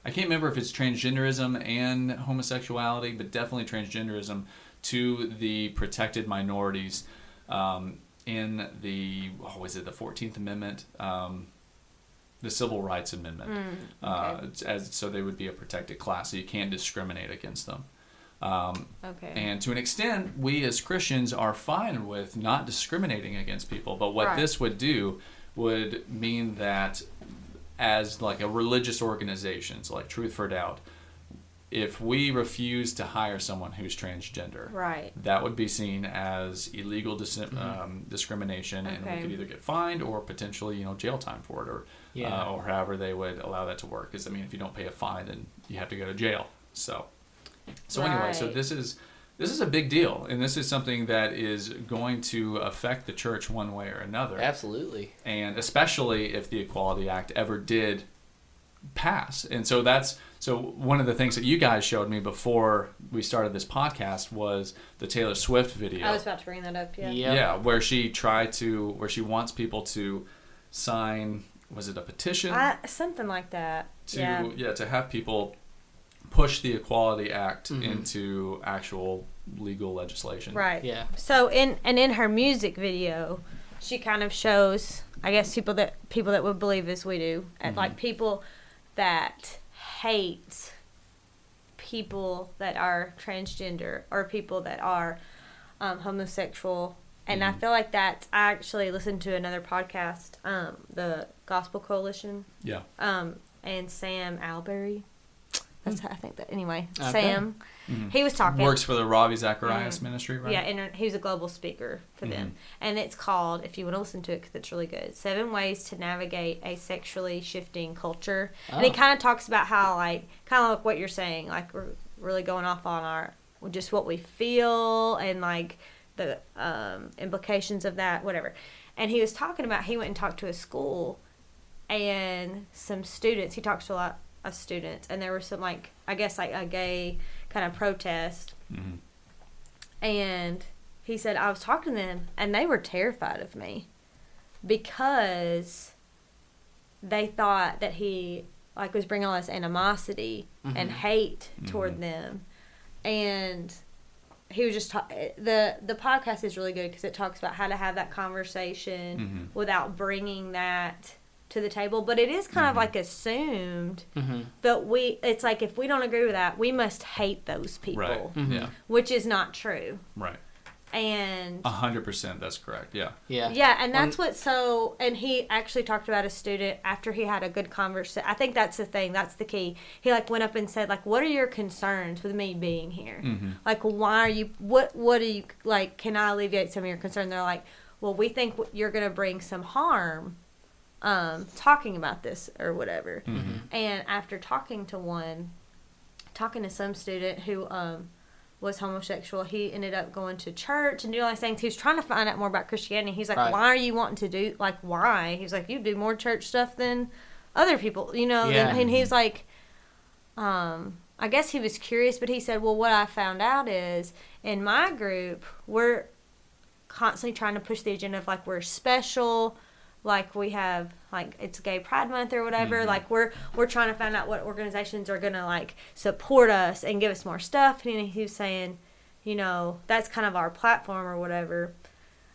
I can't remember if it's transgenderism and homosexuality, but definitely transgenderism to the protected minorities um, in the what was it the Fourteenth Amendment, um, the Civil Rights Amendment. Uh,
Mm, okay.
it's- as, so they would be a protected class, so you can't discriminate against them. Um,
Okay.
and to an extent, we as Christians are fine with not discriminating against people. But what
Right.
this would do would mean that, as like a religious organization, so like Truth for Doubt, if we refuse to hire someone who's transgender,
right.
that would be seen as illegal dis-
Mm-hmm.
um, discrimination, and we
Okay.
could either get fined or potentially, you know, jail time for it, or
Yeah.
uh, or however they would allow that to work. Because I mean, if you don't pay a fine, then you have to go to jail. So, so anyway, so
Right.
this is this is a big deal, and this is something that is going to affect the church one way or another
Absolutely.
and especially if the Equality Act ever did pass. And so that's so one of the things that you guys showed me before we started this podcast was the Taylor Swift video.
I was Oh, about to bring that up. Yeah.
Yeah.
yeah, where she tried to where she wants people to sign was it a petition
I, something like that.
to yeah.
yeah.
to have people push the Equality Act into actual legal legislation.
Right.
Yeah.
So in and in her music video, she kind of shows, I guess, people that people that would believe as we do, and like people that hate people that are transgender or people that are um, homosexual. And I feel like that's I actually listened to another podcast, um, the Gospel Coalition,
Yeah.
um, and Sam Alberry. That's how I think that. Anyway,
Okay.
Sam, he was talking.
Mm-hmm. Works for the Ravi Zacharias ministry, right?
Mm.
Mm-hmm.
Yeah, and uh, he was a global speaker for them. And it's called, if you want to listen to it, because it's really good, Seven Ways to Navigate a Sexually Shifting Culture. And he
Oh.
kind of talks about how, like, kind of like what you're saying, like, we're really going off on our, just what we feel and, like, the um, implications of that, whatever. And he was talking about, he went and talked to a school and some students. He talks to a lot of students, and there were some like I guess like a gay kind of protest. And he said I was talking to them, and they were terrified of me because they thought that he like was bringing all this animosity and hate toward them, and he was just ta- the the podcast is really good because it talks about how to have that conversation without bringing that to the table but it is kind of like assumed
mm-hmm,
that we it's like if we don't agree with that we must hate those people
Right. Yeah.
which is not true
Right.
and
A hundred percent. That's correct. Yeah.
Yeah.
yeah, and that's
Um,
what so and he actually talked about a student after he had a good conversation. I think that's the thing, that's the key. He like went up and said like what are your concerns with me being here?
Mm. Mm-hmm,
Like why are you what what are you like can I alleviate some of your concern? They're like, "Well, we think w- you're going to bring some harm um talking about this or whatever."
mm-hmm.
And after talking to one talking to some student who um, was homosexual. He ended up going to church and doing all these things. He was trying to find out more about Christianity. He's like,
Right.
why are you wanting to do like why? He's like, you do more church stuff than other people, you know.
Yeah.
And, and he's like, um, I guess he was curious, but he said, well, what I found out is in my group we're constantly trying to push the agenda of like we're special like we have like it's gay pride month or whatever like we're we're trying to find out what organizations are gonna like support us and give us more stuff and he was saying you know that's kind of our platform or whatever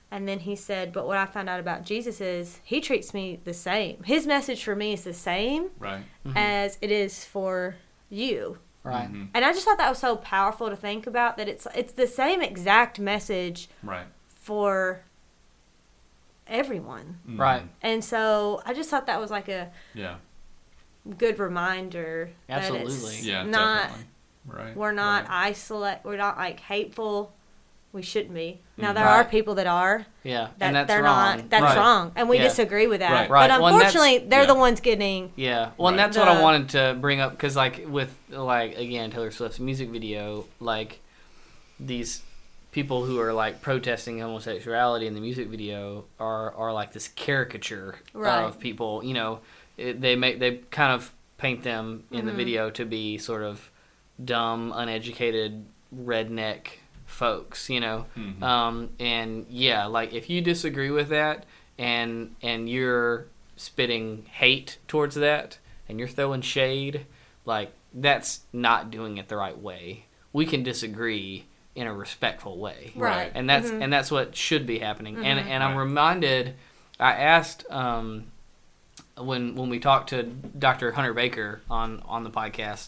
and then he said but what i found out about jesus is he treats me the same his message for me is the same
Right.
Mm-hmm.
as it is for you
Right.
Mm-hmm.
and i just thought that was so powerful to think about that it's it's the same exact message
Right.
for everyone.
Right.
And so I just thought that was like a
Mm-hmm. Yeah.
good reminder that
Absolutely.
it's
Yeah.
not
definitely. Right.
we're not
Right.
isolate we're not like hateful. We shouldn't be. Now
Mm.
there are
Right.
people that are
Yeah.
that
and that's
they're
wrong.
not that's
Right.
wrong. And we
Yeah.
disagree with that.
Right.
Right.
But
Well, and that's-
unfortunately they're
Yeah.
the ones getting
Yeah. Well, and
Right.
that's what I
The-
wanted to bring up because, like, with like again Taylor Swift's music video, like these people who are like protesting homosexuality in the music video are are like this caricature
Right.
of people. You know, it, they make they kind of paint them in the video to be sort of dumb, uneducated redneck folks. You know, um, and yeah, like if you disagree with that and and you're spitting hate towards that and you're throwing shade, like that's not doing it the right way. We can disagree in a respectful way.
Right.
And that's and that's what should be happening. And and I'm
Right.
reminded I asked um, when when we talked to Dr. Hunter Baker on on the podcast,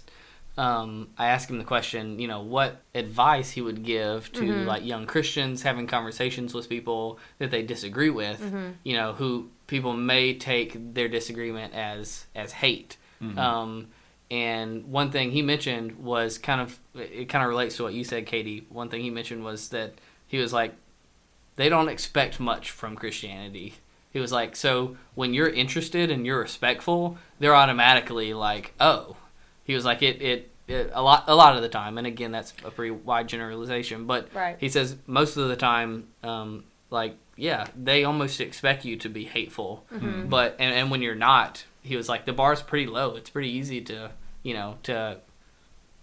um, I asked him the question, you know, what advice he would give to like young Christians having conversations with people that they disagree with, you know, who people may take their disagreement as as hate. Um, and one thing he mentioned was kind of it kind of relates to what you said, Katie. One thing he mentioned was that he was like they don't expect much from Christianity. He was like, so when you're interested and you're respectful, they're automatically like, oh. He was like, it, it, it a lot, a lot of the time, and again, that's a pretty wide generalization, but
Right.
he says most of the time, um, like, yeah, they almost expect you to be hateful,
Mm-hmm.
but and, and when you're not, he was like, the bar's pretty low. It's pretty easy to, you know, to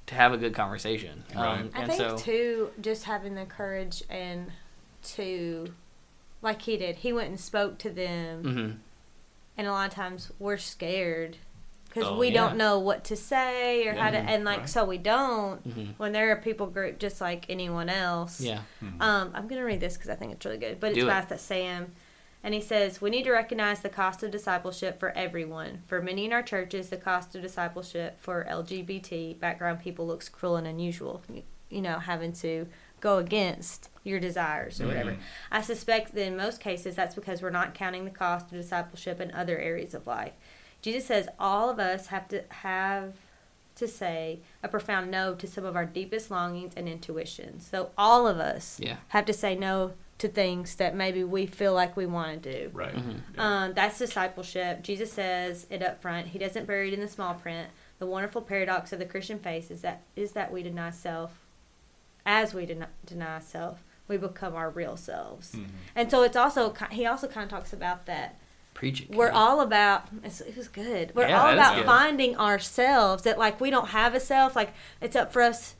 to have a good conversation. Um,
Right.
I
and
think
so,
too, just having the courage
Mm.
and to like he did, he went and spoke to them
Mhm.
and a lot of times we're scared because
Oh,
we
yeah.
don't know what to say or how to,
Mm-hmm.
Yeah,
and like
right.
so we don't.
Mhm.
When they're a people group just like anyone else,
Yeah.
um, I'm going to read this because I think it's really good, but it's
Mm-hmm. Do it.
by that Sam. And he says, We need to recognize the cost of discipleship for everyone. For many in our churches, the cost of discipleship for LGBT background people looks cruel and unusual. You, you know, having to go against your desires or whatever.
Mm-hmm.
I suspect that in most cases, that's because we're not counting the cost of discipleship in other areas of life. Jesus says all of us have to have to say a profound no to some of our deepest longings and intuitions. So all of us
Yeah.
have to say no to things that maybe we feel like we want to do.
Right. Yeah.
Um, that's discipleship. Jesus says it up front. He doesn't bury it in the small print. The wonderful paradox of the Christian faith is that is that we deny self. As we deny, deny self, we become our real selves.
Mm-hmm.
And so it's also ki- he also kind of talks about that
Preach it.
we're
Cody.
all about it's, it was good we're
Yeah,
all
that is
about
good.
finding ourselves that like we don't have a self like it's up for us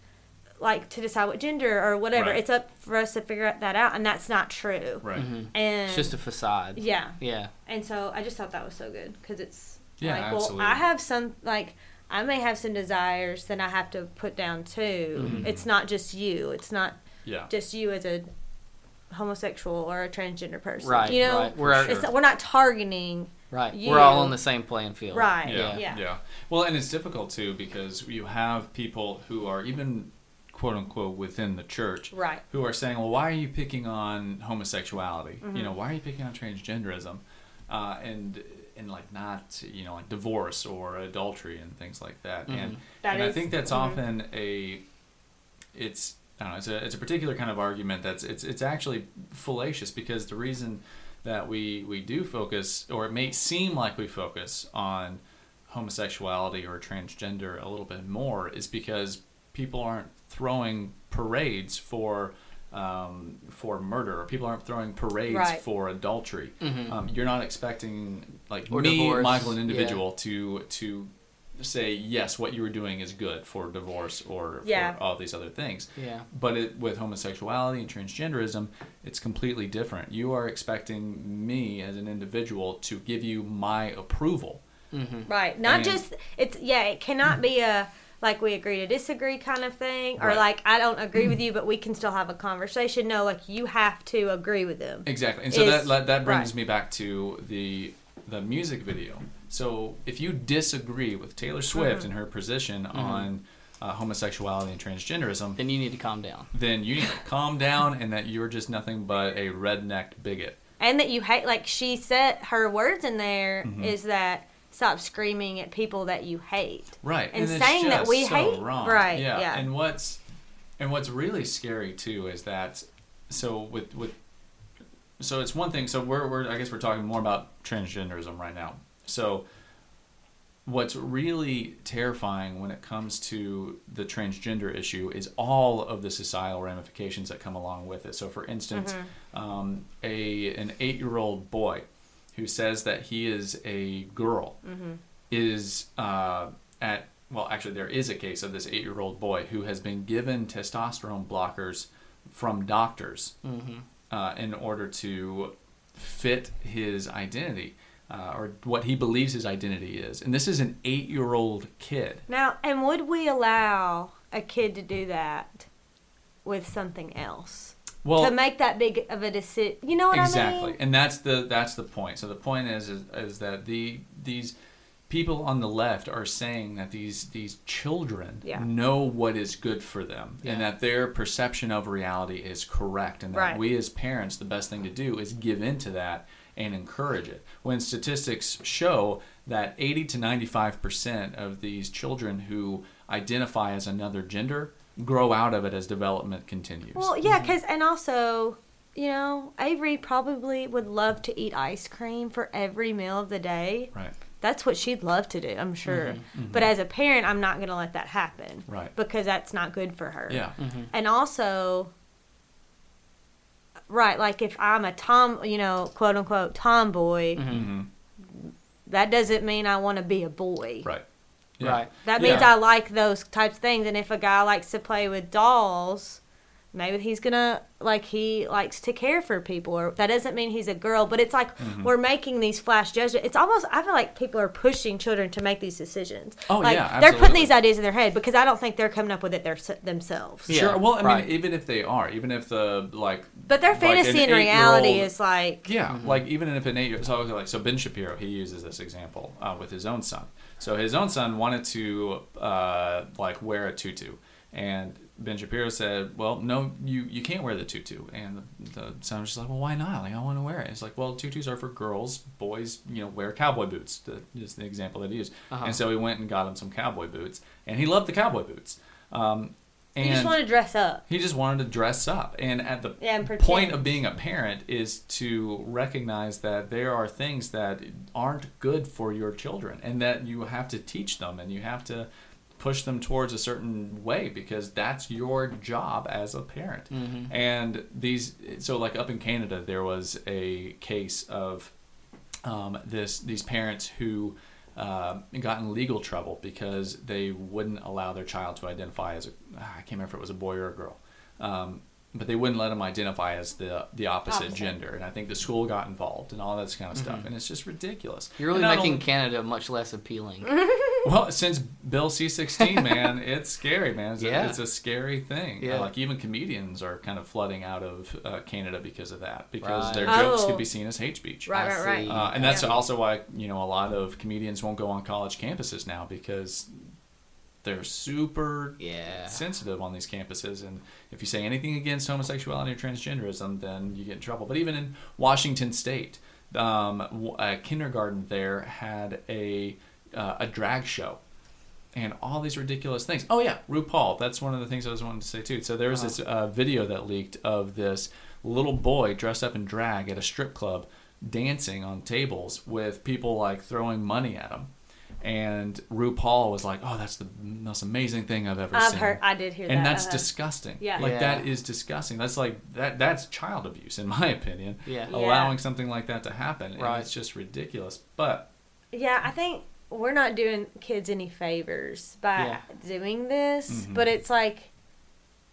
like to decide what gender or whatever
Right.
it's up for us to figure that out and that's not true
Right.
and
Mm-hmm. It's just a facade.
yeah
Yeah.
and so i just thought that was so good because it's
Yeah,
like
absolutely.
well i have some like i may have some desires that i have to put down too
Mm-hmm.
it's not just you it's not
Yeah.
just you as a homosexual or a transgender person
Right.
you know
right. We're
it's, we're not targeting
right.
you-
We're all on the same playing field.
right
yeah,
yeah.
Well, and it's difficult too because you have people who are even quote unquote within the church
Right.
who are saying, "Well, why are you picking on homosexuality?
Mm-hmm.
You know, why are you picking on transgenderism?" Uh, and and like not you know like divorce or adultery and things like that. And
Mm-hmm. That
and I
is-
think that's
mhm.
often a it's I don't know, it's a it's a particular kind of argument that's it's it's actually fallacious because the reason that we we do focus or it may seem like we focus on homosexuality or transgender a little bit more is because people aren't throwing parades for um, for murder or people aren't throwing parades
Right.
for adultery. Um, you're not expecting like
Mm-hmm. Or
me,
divorce,
Michael, an
yeah.
individual, to to say yes, what you were doing is good for divorce or
Yeah.
for all these other things.
Yeah.
But it, with homosexuality and transgenderism, it's completely different. You are expecting me as an individual to give you my approval.
Mm-hmm.
Right. Not
And-
just it's yeah, it cannot be a like we agree to disagree kind of thing or
Right.
like I don't agree with you but we can still have a conversation. No, like you have to agree with them.
Exactly. And so
is-
that that that brings
right.
me back to the the music video. So if you disagree with Taylor Swift
Mm-hmm.
and her position on uh, homosexuality and transgenderism,
Then you need to calm down.
then you need to calm down and that you're just nothing but a redneck bigot.
And that you hate like she said her words in there
Mm-hmm.
is that stop screaming at people that you hate.
Right.
And
it's
saying that
just
we
so
hate-
wrong.
right,
Yeah.
yeah.
And what's and what's really scary too is that so with with so it's one thing so we're we're I guess we're talking more about transgenderism right now. So what's really terrifying when it comes to the transgender issue is all of the societal ramifications that come along with it. So, for instance,
Mm-hmm.
um, a an eight year old boy who says that he is a girl
Mm-hmm.
is uh, at well, actually, there is a case of this eight year old boy who has been given testosterone blockers from doctors uh, in order to fit his identity uh, or what he believes his identity is. And this is an eight year old kid.
Now, and would we allow a kid to do that with something else?
Well,
to make that big of a decision, you know what
exactly,
I mean?
and that's the that's the point. So the point is, is is that the these people on the left are saying that these these children
Yeah.
know what is good for them and
Yeah.
that their perception of reality is correct and that
Right.
we as parents the best thing to do is give in to that and encourage it when statistics show that 80 to 95% of these children who identify as another gender grow out of it as development continues
Well, yeah, because and also, you know, Avery probably would love to eat ice cream for every meal of the day.
right Mm-hmm.
That's what she'd love to do, I'm sure. But as a parent, I'm not going to let that happen,
Right.
Because that's not good for her.
yeah
And also, right, like if I'm a tom, you know, quote unquote tomboy,
Mm-hmm.
that doesn't mean I want to be a boy,
right Yeah.
Right.
That
Yeah.
means I like those types of things. And if a guy likes to play with dolls, maybe he's gonna like he likes to care for people or that doesn't mean he's a girl but it's like
Mm-hmm.
we're making these flash judgments it's almost i feel like people are pushing children to make these decisions
Oh,
like
yeah,
they're putting
absolutely.
these ideas in their head because i don't think they're coming up with it their, themselves
Yeah,
sure. Well, I
right.
mean, even if they are, even if the like,
but their
like an
fantasy and reality
eight-year-old-
is like
yeah,
Mm-hmm.
like even if an eight year, so I was like, so Ben Shapiro, he uses this example uh, with his own son. So his own son wanted to uh, like wear a tutu, and Ben Shapiro said, "Well, no, you you can't wear the tutu." And the, the son was just like, "Well, why not? Like, I want to wear it." It's like, well, tutus are for girls. Boys, you know, wear cowboy boots. The, is the example that he used.
Uh-huh.
And so he went and got him some cowboy boots, and he loved the cowboy boots. Um,
you
and
just want to dress up
he just wanted to dress up. And at the
Yeah, and pretend.
point of being a parent is to recognize that there are things that aren't good for your children and that you have to teach them and you have to push them towards a certain way because that's your job as a parent. And these, so like up in Canada, there was a case of um, this these parents who uh, got in legal trouble because they wouldn't allow their child to identify as a ah, I can't remember if it was a boy or a girl, um, but they wouldn't let them identify as the the opposite,
Opposite.
gender, and I think the school got involved and all that kind of stuff, and it's just ridiculous.
Mm-hmm. You're really
And not
making
only-
Canada much less appealing.
Mm-hmm.
well since Bill C sixteen man, it's scary man. It's,
Yeah.
a, it's a scary thing. Uh,
Yeah.
like even comedians are kind of flooding out of uh, Canada because of that because
Right.
their jokes
Oh.
could be seen as hate speech.
right
I
right right
see.
Uh, and that's
Yeah.
also why you know a lot of comedians won't go on college campuses now because they're super
Yeah.
sensitive on these campuses. And if you say anything against homosexuality or transgenderism, then you get in trouble. But even in Washington State, um, w- a kindergarten there had a uh, a drag show and all these ridiculous things. Oh yeah, RuPaul. That's one of the things I was wanting to say too. So there was this uh, video that leaked of this little boy dressed up in drag at a strip club, dancing on tables with people like throwing money at him. And RuPaul was like, "Oh, that's the most amazing thing I've ever
i've
seen."
heard i did hear that
and that's
uh-huh.
disgusting.
Yeah.
like
Yeah.
that is disgusting. That's like that. That's child abuse, in my opinion.
Yeah. Yeah.
allowing something like that to happen,
Right.
and it's just ridiculous. But
Yeah, I think we're not doing kids any favors by
Yeah.
doing this, but it's like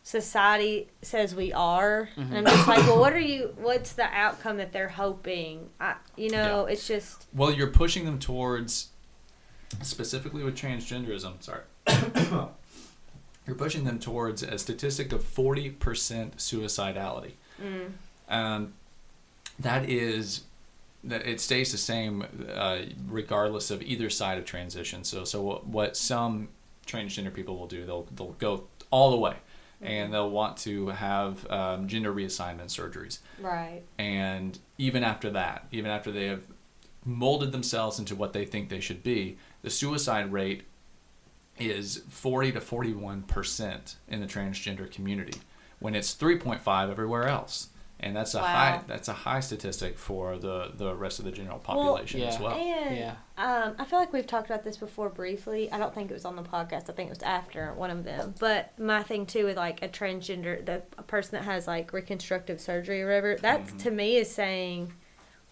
society says we are, and I'm just like, well, what are you? What's the outcome that they're hoping? I, you know, it's just
Well, you're pushing them towards, specifically with transgenderism, sorry. you're pushing them towards a statistic of 40% suicidality. And that is, that it stays the same uh, regardless of either side of transition. So, so what, what some transgender people will do, they'll, they'll go all the way. And they'll want to have um, gender reassignment surgeries
right.
and even after that, even after they have molded themselves into what they think they should be, the suicide rate is 40 to 41 percent in the transgender community, when it's 3.5 everywhere else, and that's a
Wow.
high that's a high statistic for the the rest of the general population
Well,
as
yeah.
well.
And
yeah.
um, I feel like we've talked about this before briefly. I don't think it was on the podcast. I think it was after one of them. But my thing too with like a transgender, the a person that has like reconstructive surgery or whatever, that
Mm-hmm.
to me is saying,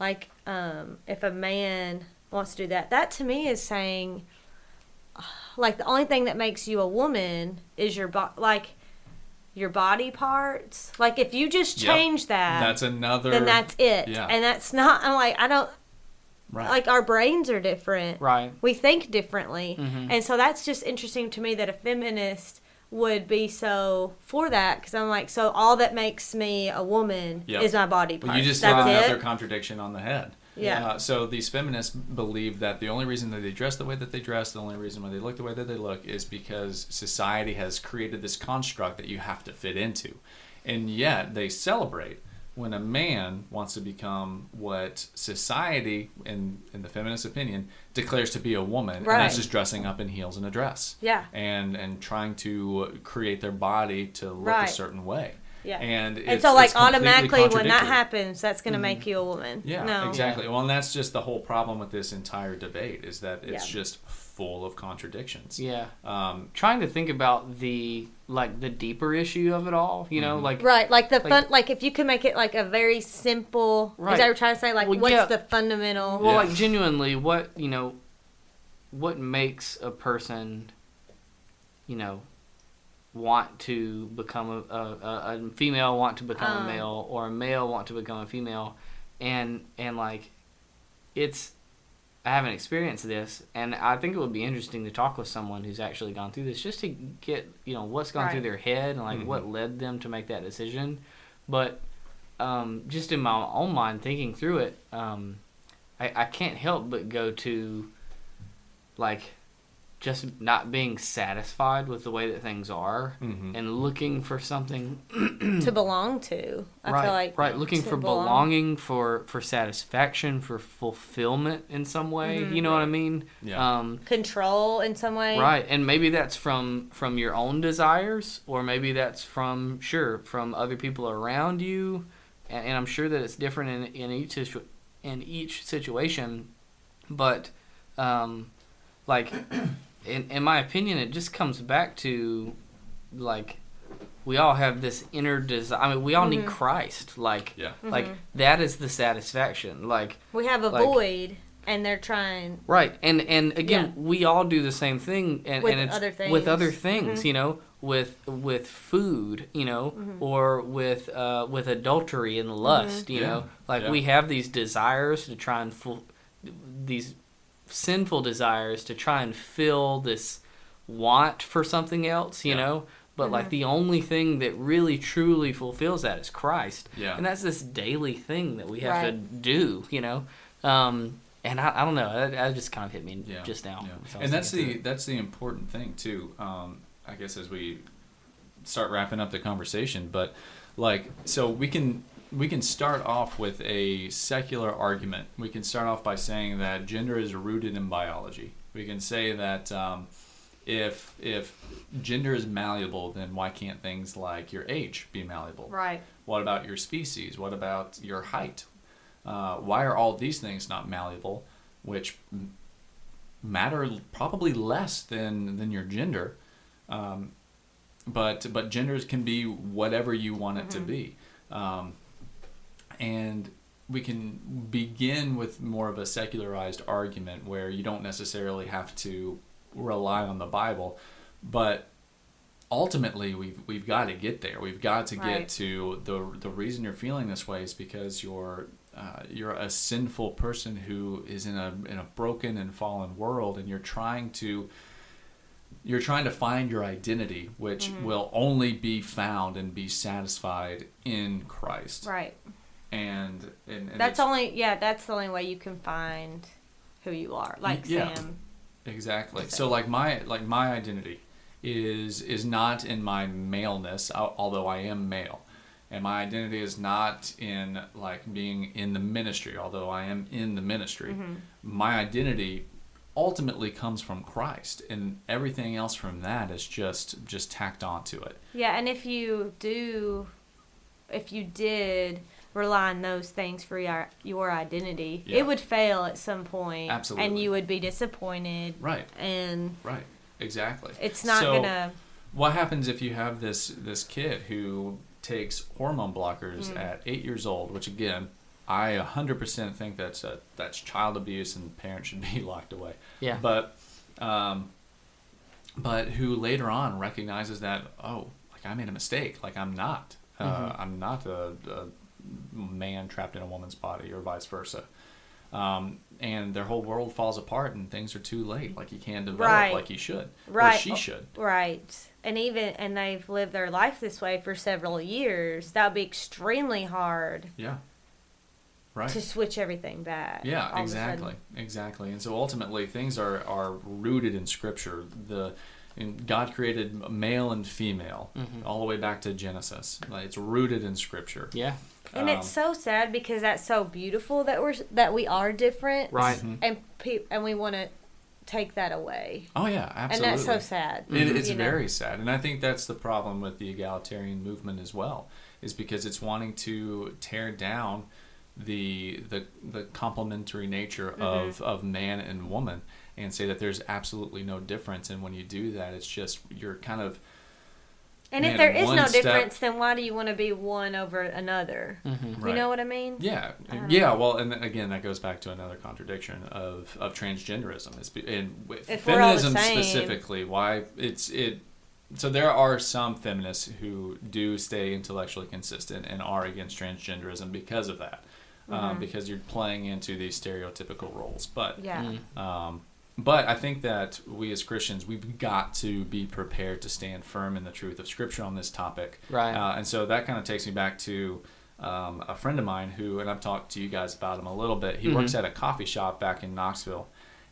like, um, if a man wants to do that, that to me is saying, like, the only thing that makes you a woman is your body, like, your body parts. Like, if you just
Yep.
change that,
That's another.
then that's it.
Yeah.
And that's not. I'm like, I don't
right.
like our brains are different
Right.
we think differently and so that's just interesting to me that a feminist would be so for that because i'm like so all that makes me a woman
Yep.
is my body
But
part
you just hit
that's
another
it
contradiction on the head.
Yeah.
Uh, so these feminists believe that the only reason that they dress the way that they dress, the only reason why they look the way that they look, is because society has created this construct that you have to fit into, and yet they celebrate when a man wants to become what society, in in the feminist opinion, declares to be a woman, and
Right.
that's just dressing up in heels and a dress.
Yeah.
And and trying to create their body to look
Right.
a certain way.
yeah
And
and
it's-
so like
it's completely
automatically when that
contradictory.
happens that's going to make you a woman
Yeah,
no
exactly. Well, and that's just the whole problem with this entire debate is that it's
Yeah.
just full of contradictions.
Yeah.
Um,
Trying to think about the like the deeper issue of it all, you
Mm-hmm.
know, like
Right, like the
Like-
fun, like if you could make it like a very simple. Right. Is
Right.
that what you're trying to say? Like,
Well,
what's
yeah.
the fundamental?
well
Yeah.
like genuinely what, you know, what makes a person you know want to become a, a, a female want to become a
Um.
male or a male want to become a female and and like it's i haven't experienced this and i think it would be interesting to talk with someone who's actually gone through this just to get you know what's gone through
Right.
their head and like what led them to make that decision but um, just in my own mind thinking through it um, I, I can't help but go to like just not being satisfied with the way that things are
Mhm.
and looking for something
to belong to. I
right
feel like
right looking
to
for
belong-
belonging for for satisfaction for fulfillment in some way
Mm-hmm.
you know what i mean
Yeah.
um
control in some way.
right and maybe that's from from your own desires or maybe that's from sure from other people around you and, and i'm sure that it's different in, in each situ- in each situation but um like in, in my opinion it just comes back to like we all have this inner desire i mean we all need christ like
Yeah.
like that is the satisfaction like
We have a
Like-
void, and they're trying.
Right, and and again, we all do the same thing, and,
With
and it's
other
with other
things. Mm-hmm.
things, you know, with with food, you know, or with uh, with adultery and
Mm-hmm.
lust, you
Yeah,
know, like
yeah.
we have these desires to try and fill these sinful desires to try and fill this want for something else, you
Yeah.
know. But
Mm-hmm.
like the only thing that really truly fulfills that is Christ,
Yeah.
and that's this daily thing that we have to
Right.
do, you know. Um, and I, I don't know. That, that just kind of hit me
yeah.
just now.
Yeah.
So I was
and that's
thinking
the that's the important thing too. Um, I guess as we start wrapping up the conversation, but like so we can we can start off with a secular argument. We can start off by saying that gender is rooted in biology. We can say that. Um, if if gender is malleable, then why can't things like your age be malleable?
Right.
What about your species? What about your height? Uh, why are all these things not malleable, which m- matter l- probably less than than your gender? Um, but but genders can be whatever you want it to be, um, and we can begin with more of a secularized argument where you don't necessarily have to rely on the Bible, but ultimately we've we've got to get there. We've got to
Right.
get to the the reason you're feeling this way is because you're uh, you're a sinful person who is in a in a broken and fallen world, and you're trying to you're trying to find your identity, which
Mm-hmm.
will only be found and be satisfied in Christ.
Right.
And, and, and it's-
that's only yeah. That's the only way you can find who you are. Like
yeah.
Sam.
Exactly.
Just
So like my like my identity is is not in my maleness, al- although I am male, and my identity is not in like being in the ministry, although I am in the ministry.
Mm-hmm.
My identity ultimately comes from Christ, and everything else from that is just just tacked onto it.
Yeah, and if you do, if you did rely on those things for your your identity,
Yeah.
it would fail at some point, and
Absolutely.
you would be disappointed,
Right.
and
Right. Exactly.
it's not
So-
gonna.
what happens if you have this this kid who takes hormone blockers
Hmm.
at eight years old which again i 100% think that's a, that's child abuse and parents should be locked away
Yeah.
but um, but who later on recognizes that oh like i made a mistake like i'm not
Mm-hmm.
uh, i'm not a, a man trapped in a woman's body or vice versa um, and their whole world falls apart and things are too late like you can develop
Right.
like you should or
Right. Oh.
she should
Right. And even and they've lived their life this way for several years. That would be extremely hard
Yeah. Right.
to switch everything back. all
yeah,
of a sudden.
exactly. Exactly. And so ultimately things are are rooted in scripture. The and God created male and female all the way back to Genesis. Like it's rooted in scripture.
yeah,
And it's
Um,
so sad because that's so beautiful that we're that we are different.
Right. Mhm.
And pe- and we want to take that away.
Oh yeah, absolutely.
And that's so sad.
It, it's
you know?
very sad, and I think that's the problem with the egalitarian movement as well, is because it's wanting to tear down the the the complementary nature
Mm-hmm.
of of man and woman, and say that there's absolutely no difference. And when you do that, it's just you're kind of
And
Man,
if there is
one
no
step-
difference, then why do you want to be one over another? You
Mm-hmm. Right.
know what I mean?
Yeah, yeah. Well, and then again, that goes back to another contradiction of of transgenderism. It's be- and with
If we're all the
feminism
same.
specifically, why it's it so there are some feminists who do stay intellectually consistent and are against transgenderism because of that, um, because you're playing into these stereotypical roles. But
Mm-hmm. Yeah.
um, but I think that we as Christians, we've got to be prepared to stand firm in the truth of Scripture on this topic.
Right.
Uh, and so that kind of takes me back to um, a friend of mine who, and I've talked to you guys about him a little bit. He works at a coffee shop back in Knoxville.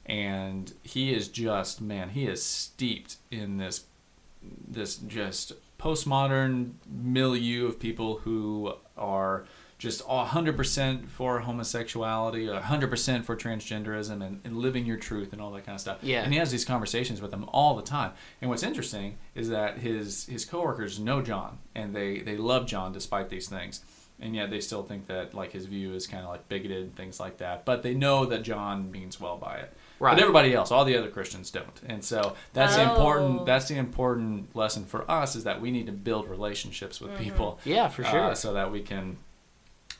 And he is just, man, he is steeped in this this just postmodern milieu of people who are just 100% for homosexuality, 100% for transgenderism, and, and living your truth and all that kind of stuff.
Yeah.
And he has these conversations with them all the time. And what's interesting is that his his coworkers know John and they they love John despite these things. And yet they still think that like his view is kind of like bigoted and things like that. But they know that John means well by it.
Right.
But everybody else, all the other Christians don't. And so that's the
Oh.
important that's the important lesson for us is that we need to build relationships with people.
Yeah, for
uh,
sure.
so that we can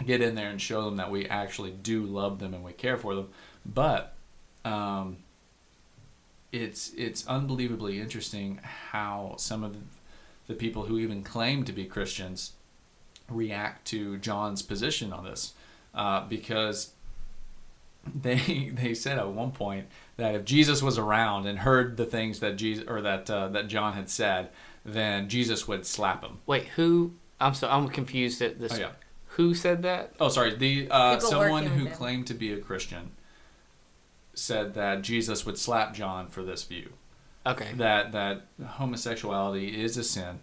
get in there and show them that we actually do love them and we care for them. But um, it's it's unbelievably interesting how some of the people who even claim to be Christians react to John's position on this uh, because they they said at one point that if Jesus was around and heard the things that Jesus or that uh, that John had said, then Jesus would slap him.
Wait, who? I'm so I'm confused at this.
Oh, yeah.
Who said that?
Oh, sorry. The uh,
People
someone
working with
who
him.
claimed to be a Christian said that Jesus would slap John for this view
Okay.
that that homosexuality is a sin,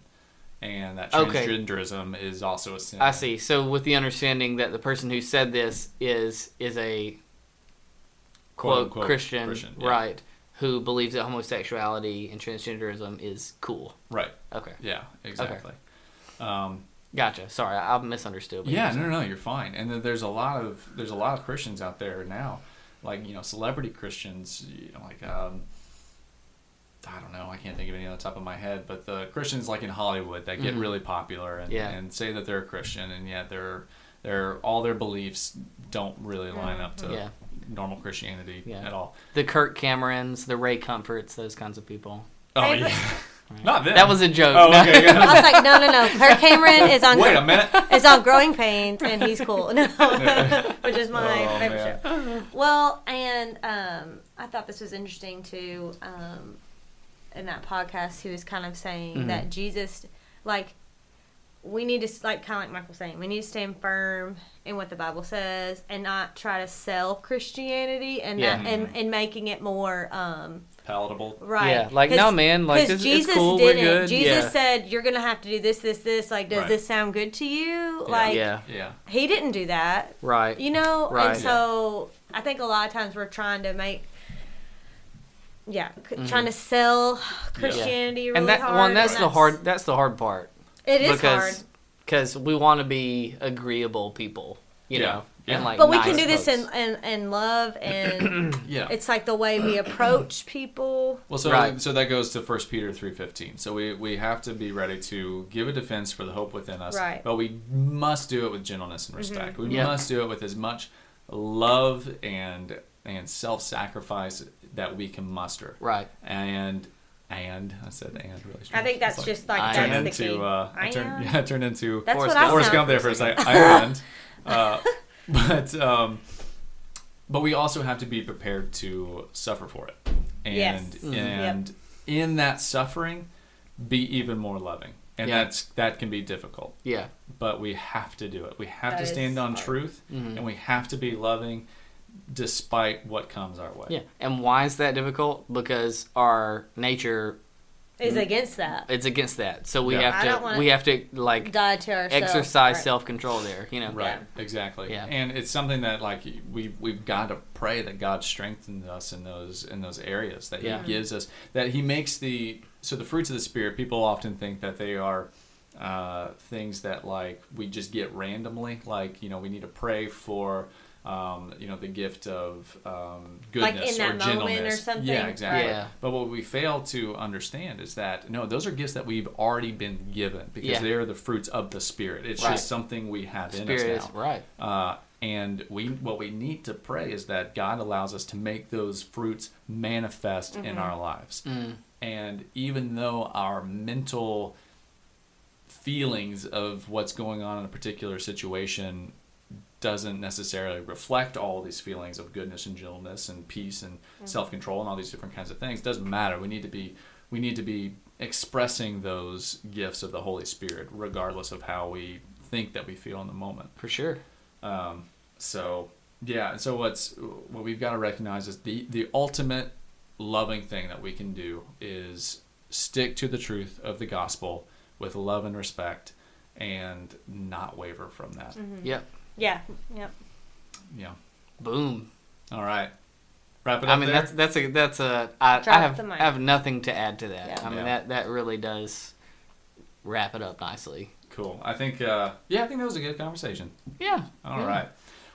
and that
Okay.
transgenderism is also a sin.
I see. So with the understanding that the person who said this is is a quote,
unquote,
Christian,
yeah.
right? Who believes that homosexuality and transgenderism is cool.
Right.
Okay,
Yeah. Exactly. Um,
gotcha. Sorry, I, I misunderstood. what you
yeah.
were
No, no, no. You're fine. And then there's a lot of there's a lot of Christians out there now, like you know, celebrity Christians, you know, like. Um, I don't know. I can't think of any on the top of my head, but the Christians like in Hollywood that get
Mhm.
really popular and,
Yeah.
and say that they're a Christian, and yet their their all their beliefs don't really line up to
Mm-hmm. Yeah.
normal Christianity
Yeah.
at all.
The Kirk Camerons, the Ray Comforts, those kinds of people.
Oh
Hey, but-
yeah, not them.
That was a joke.
Oh
No.
okay.
I was like, no, no, no. Her Cameron is on
Wait a minute.
is on Growing Pains, and he's cool. No, which is my
Oh, man.
favorite show. Well, and um, I thought this was interesting too. Um, in that podcast, he was kind of saying
Mm-hmm.
that Jesus, like, we need to s- like kind of like Michael was saying, we need to stand firm in what the Bible says and not try to sell Christianity and
Yeah.
that, and and making it more um,
Palatable.
right.
Yeah, like, no, man, like,
'cause
this- it's cool, we're good,
Jesus
yeah.
said you're gonna have to do this, this, this. Like, does
Right.
this sound good to you? Like,
yeah,
Yeah.
he didn't do that
right.
you know
Right.
and so i think a lot of times we're trying to make yeah c trying to sell christianity
Mm-hmm.
really
and that
hard
well, and that's the hard that's the hard part
it is hard
because because we want to be agreeable people, you
Yeah.
know,
Yeah.
and like.
but we
nice
can do this
folks.
in, in, in love and
Yeah.
it's like the way we approach people
Well, so
Right.
so that goes to First Peter three fifteen. So we we have to be ready to give a defense for the hope within us,
Right. Mm-hmm.
but we must do it with gentleness and respect. We
Yeah.
must do it with as much love and and self sacrifice that we can muster.
right.
And and I said and really.
i
strong.
think that's
It's
just like
I
turned
that's
am
the key
into uh, I turned
am.
yeah I turned into
that's
Forrest
what i
Forrest Gump
sound
there for a second. Ireland. Uh, but um, but we also have to be prepared to suffer for it, and
Yes.
Mhm.
and in that suffering, be even more loving, and
Yeah.
that's that can be difficult.
Yeah.
But we have to do it. We have
That
to
is
stand on
hard.
truth,
Mhm.
and we have to be loving, despite what comes our way.
Yeah. And why is that difficult? Because our nature
is against that
it's against that. So we
Yeah.
I
have
don't
to
wanna
we have to like
die to ourselves
exercise
Right.
self control there. You know.
Right.
Yeah.
Exactly.
Yeah.
And it's something that like we we've got to pray that God strengthens us in those in those areas that
Yeah.
He gives us that He makes the so the fruits of the spirit. People often think that they are uh, things that like we just get randomly. Like you know we need to pray for. Um, you know the gift of um,
Like in
goodness
that
or
moment
gentleness.
or something?
Yeah, exactly.
Right. Yeah.
But what we fail to understand is that no, those are gifts that we've already been given because
Yeah.
they are the fruits of the spirit. It's
Right.
just something we have in
Spirit
us
is
now.
right.
Uh, and we what we need to pray is that God allows us to make those fruits manifest in our lives. And even though our mental feelings of what's going on in a particular situation doesn't necessarily reflect all these feelings of goodness and gentleness and peace and self-control and all these different kinds of things doesn't matter we need to be we need to be expressing those gifts of the holy spirit regardless of how we think that we feel in the moment
for sure.
so yeah, and so what's what we've got to recognize is the the ultimate loving thing that we can do is stick to the truth of the gospel with love and respect and not waver from that.
Mm-hmm.
Yep.
Yeah. Yep.
Yeah.
Boom.
All right. Wrap it up.
I mean,
there.
that's that's a that's a I, I
Drop
have
the mic.
I have nothing to add to that.
Yeah.
I mean
Yeah.
that that really does wrap it up nicely.
cool. I think uh, yeah, I think that was a good conversation.
Yeah.
All right.
yeah.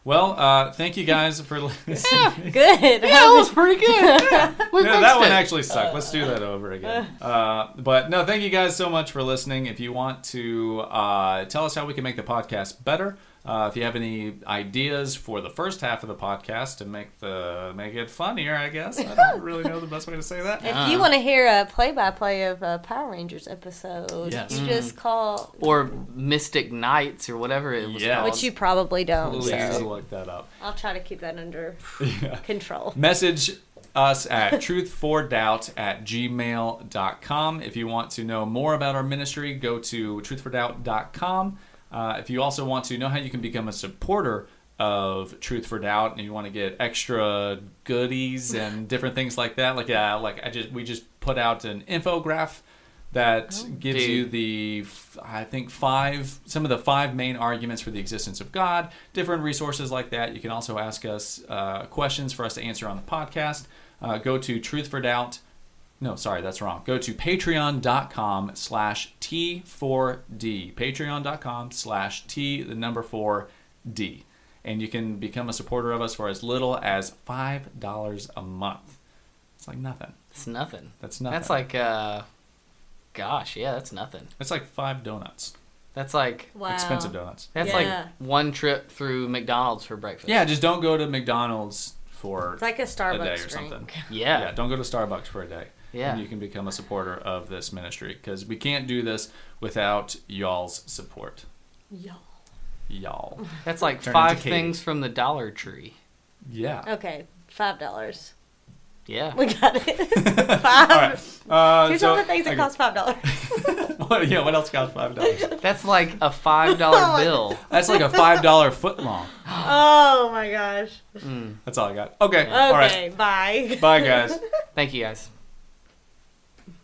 Well, uh, thank you guys for listening.
Good.
Yeah, that was pretty good. Yeah, we
no, that
fixed
one
it.
actually sucked. Let's do that over again. Uh, but no, thank you guys so much for listening. If you want to uh, tell us how we can make the podcast better, uh, if you have any ideas for the first half of the podcast to make the make it funnier, I guess I don't really know the best way to say that.
If you want to hear a play-by-play of a Power Rangers episode,
Yes. Mm-hmm.
you just call,
or Mystic Knights or whatever it was
Yeah.
called.
which you probably don't.
Please
So
look that up.
I'll try to keep that under
Yeah.
control.
Message us at truthfordoubt at gmail.com. If you want to know more about our ministry, go to truthfordoubt.com. Uh, if you also want to know how you can become a supporter of Truth for Doubt and you want to get extra goodies and different things like that, like uh, like I just we just put out an infograph that gives
Dude.
you the f- I think five some of the five main arguments for the existence of God, different resources like that. You can also ask us uh, questions for us to answer on the podcast. Uh, go to Truth for Doubt. No, sorry, that's wrong. Go to patreon.com slash T4D. Patreon.com slash T, the number 4D. And you can become a supporter of us for as little as $5 a month. It's like nothing.
it's nothing.
That's nothing.
That's like uh, gosh, yeah, that's nothing.
It's like five donuts.
That's like
Wow.
Expensive donuts.
that's
Yeah.
like one trip through McDonald's for breakfast.
Yeah, just don't go to McDonald's for
It's like a
a
Starbucks
day or
drink.
something.
Yeah.
don't go to Starbucks for a day.
Yeah.
And you can become a supporter of this ministry because we can't do this without y'all's support.
Y'all.
Y'all.
That's like
Turn
five
into Katie.
things from the Dollar Tree.
Yeah.
Okay, five dollars.
Yeah.
We got it.
All right.
Five.
Uh,
Here's
so-
all the things that
okay.
cost five dollars.
What- yeah, what else costs five dollars?
That's like a five dollar bill.
That's like a five dollar foot long.
oh my gosh.
That's all I got. Okay. All right.
Okay, bye.
Bye, guys.
Thank you guys.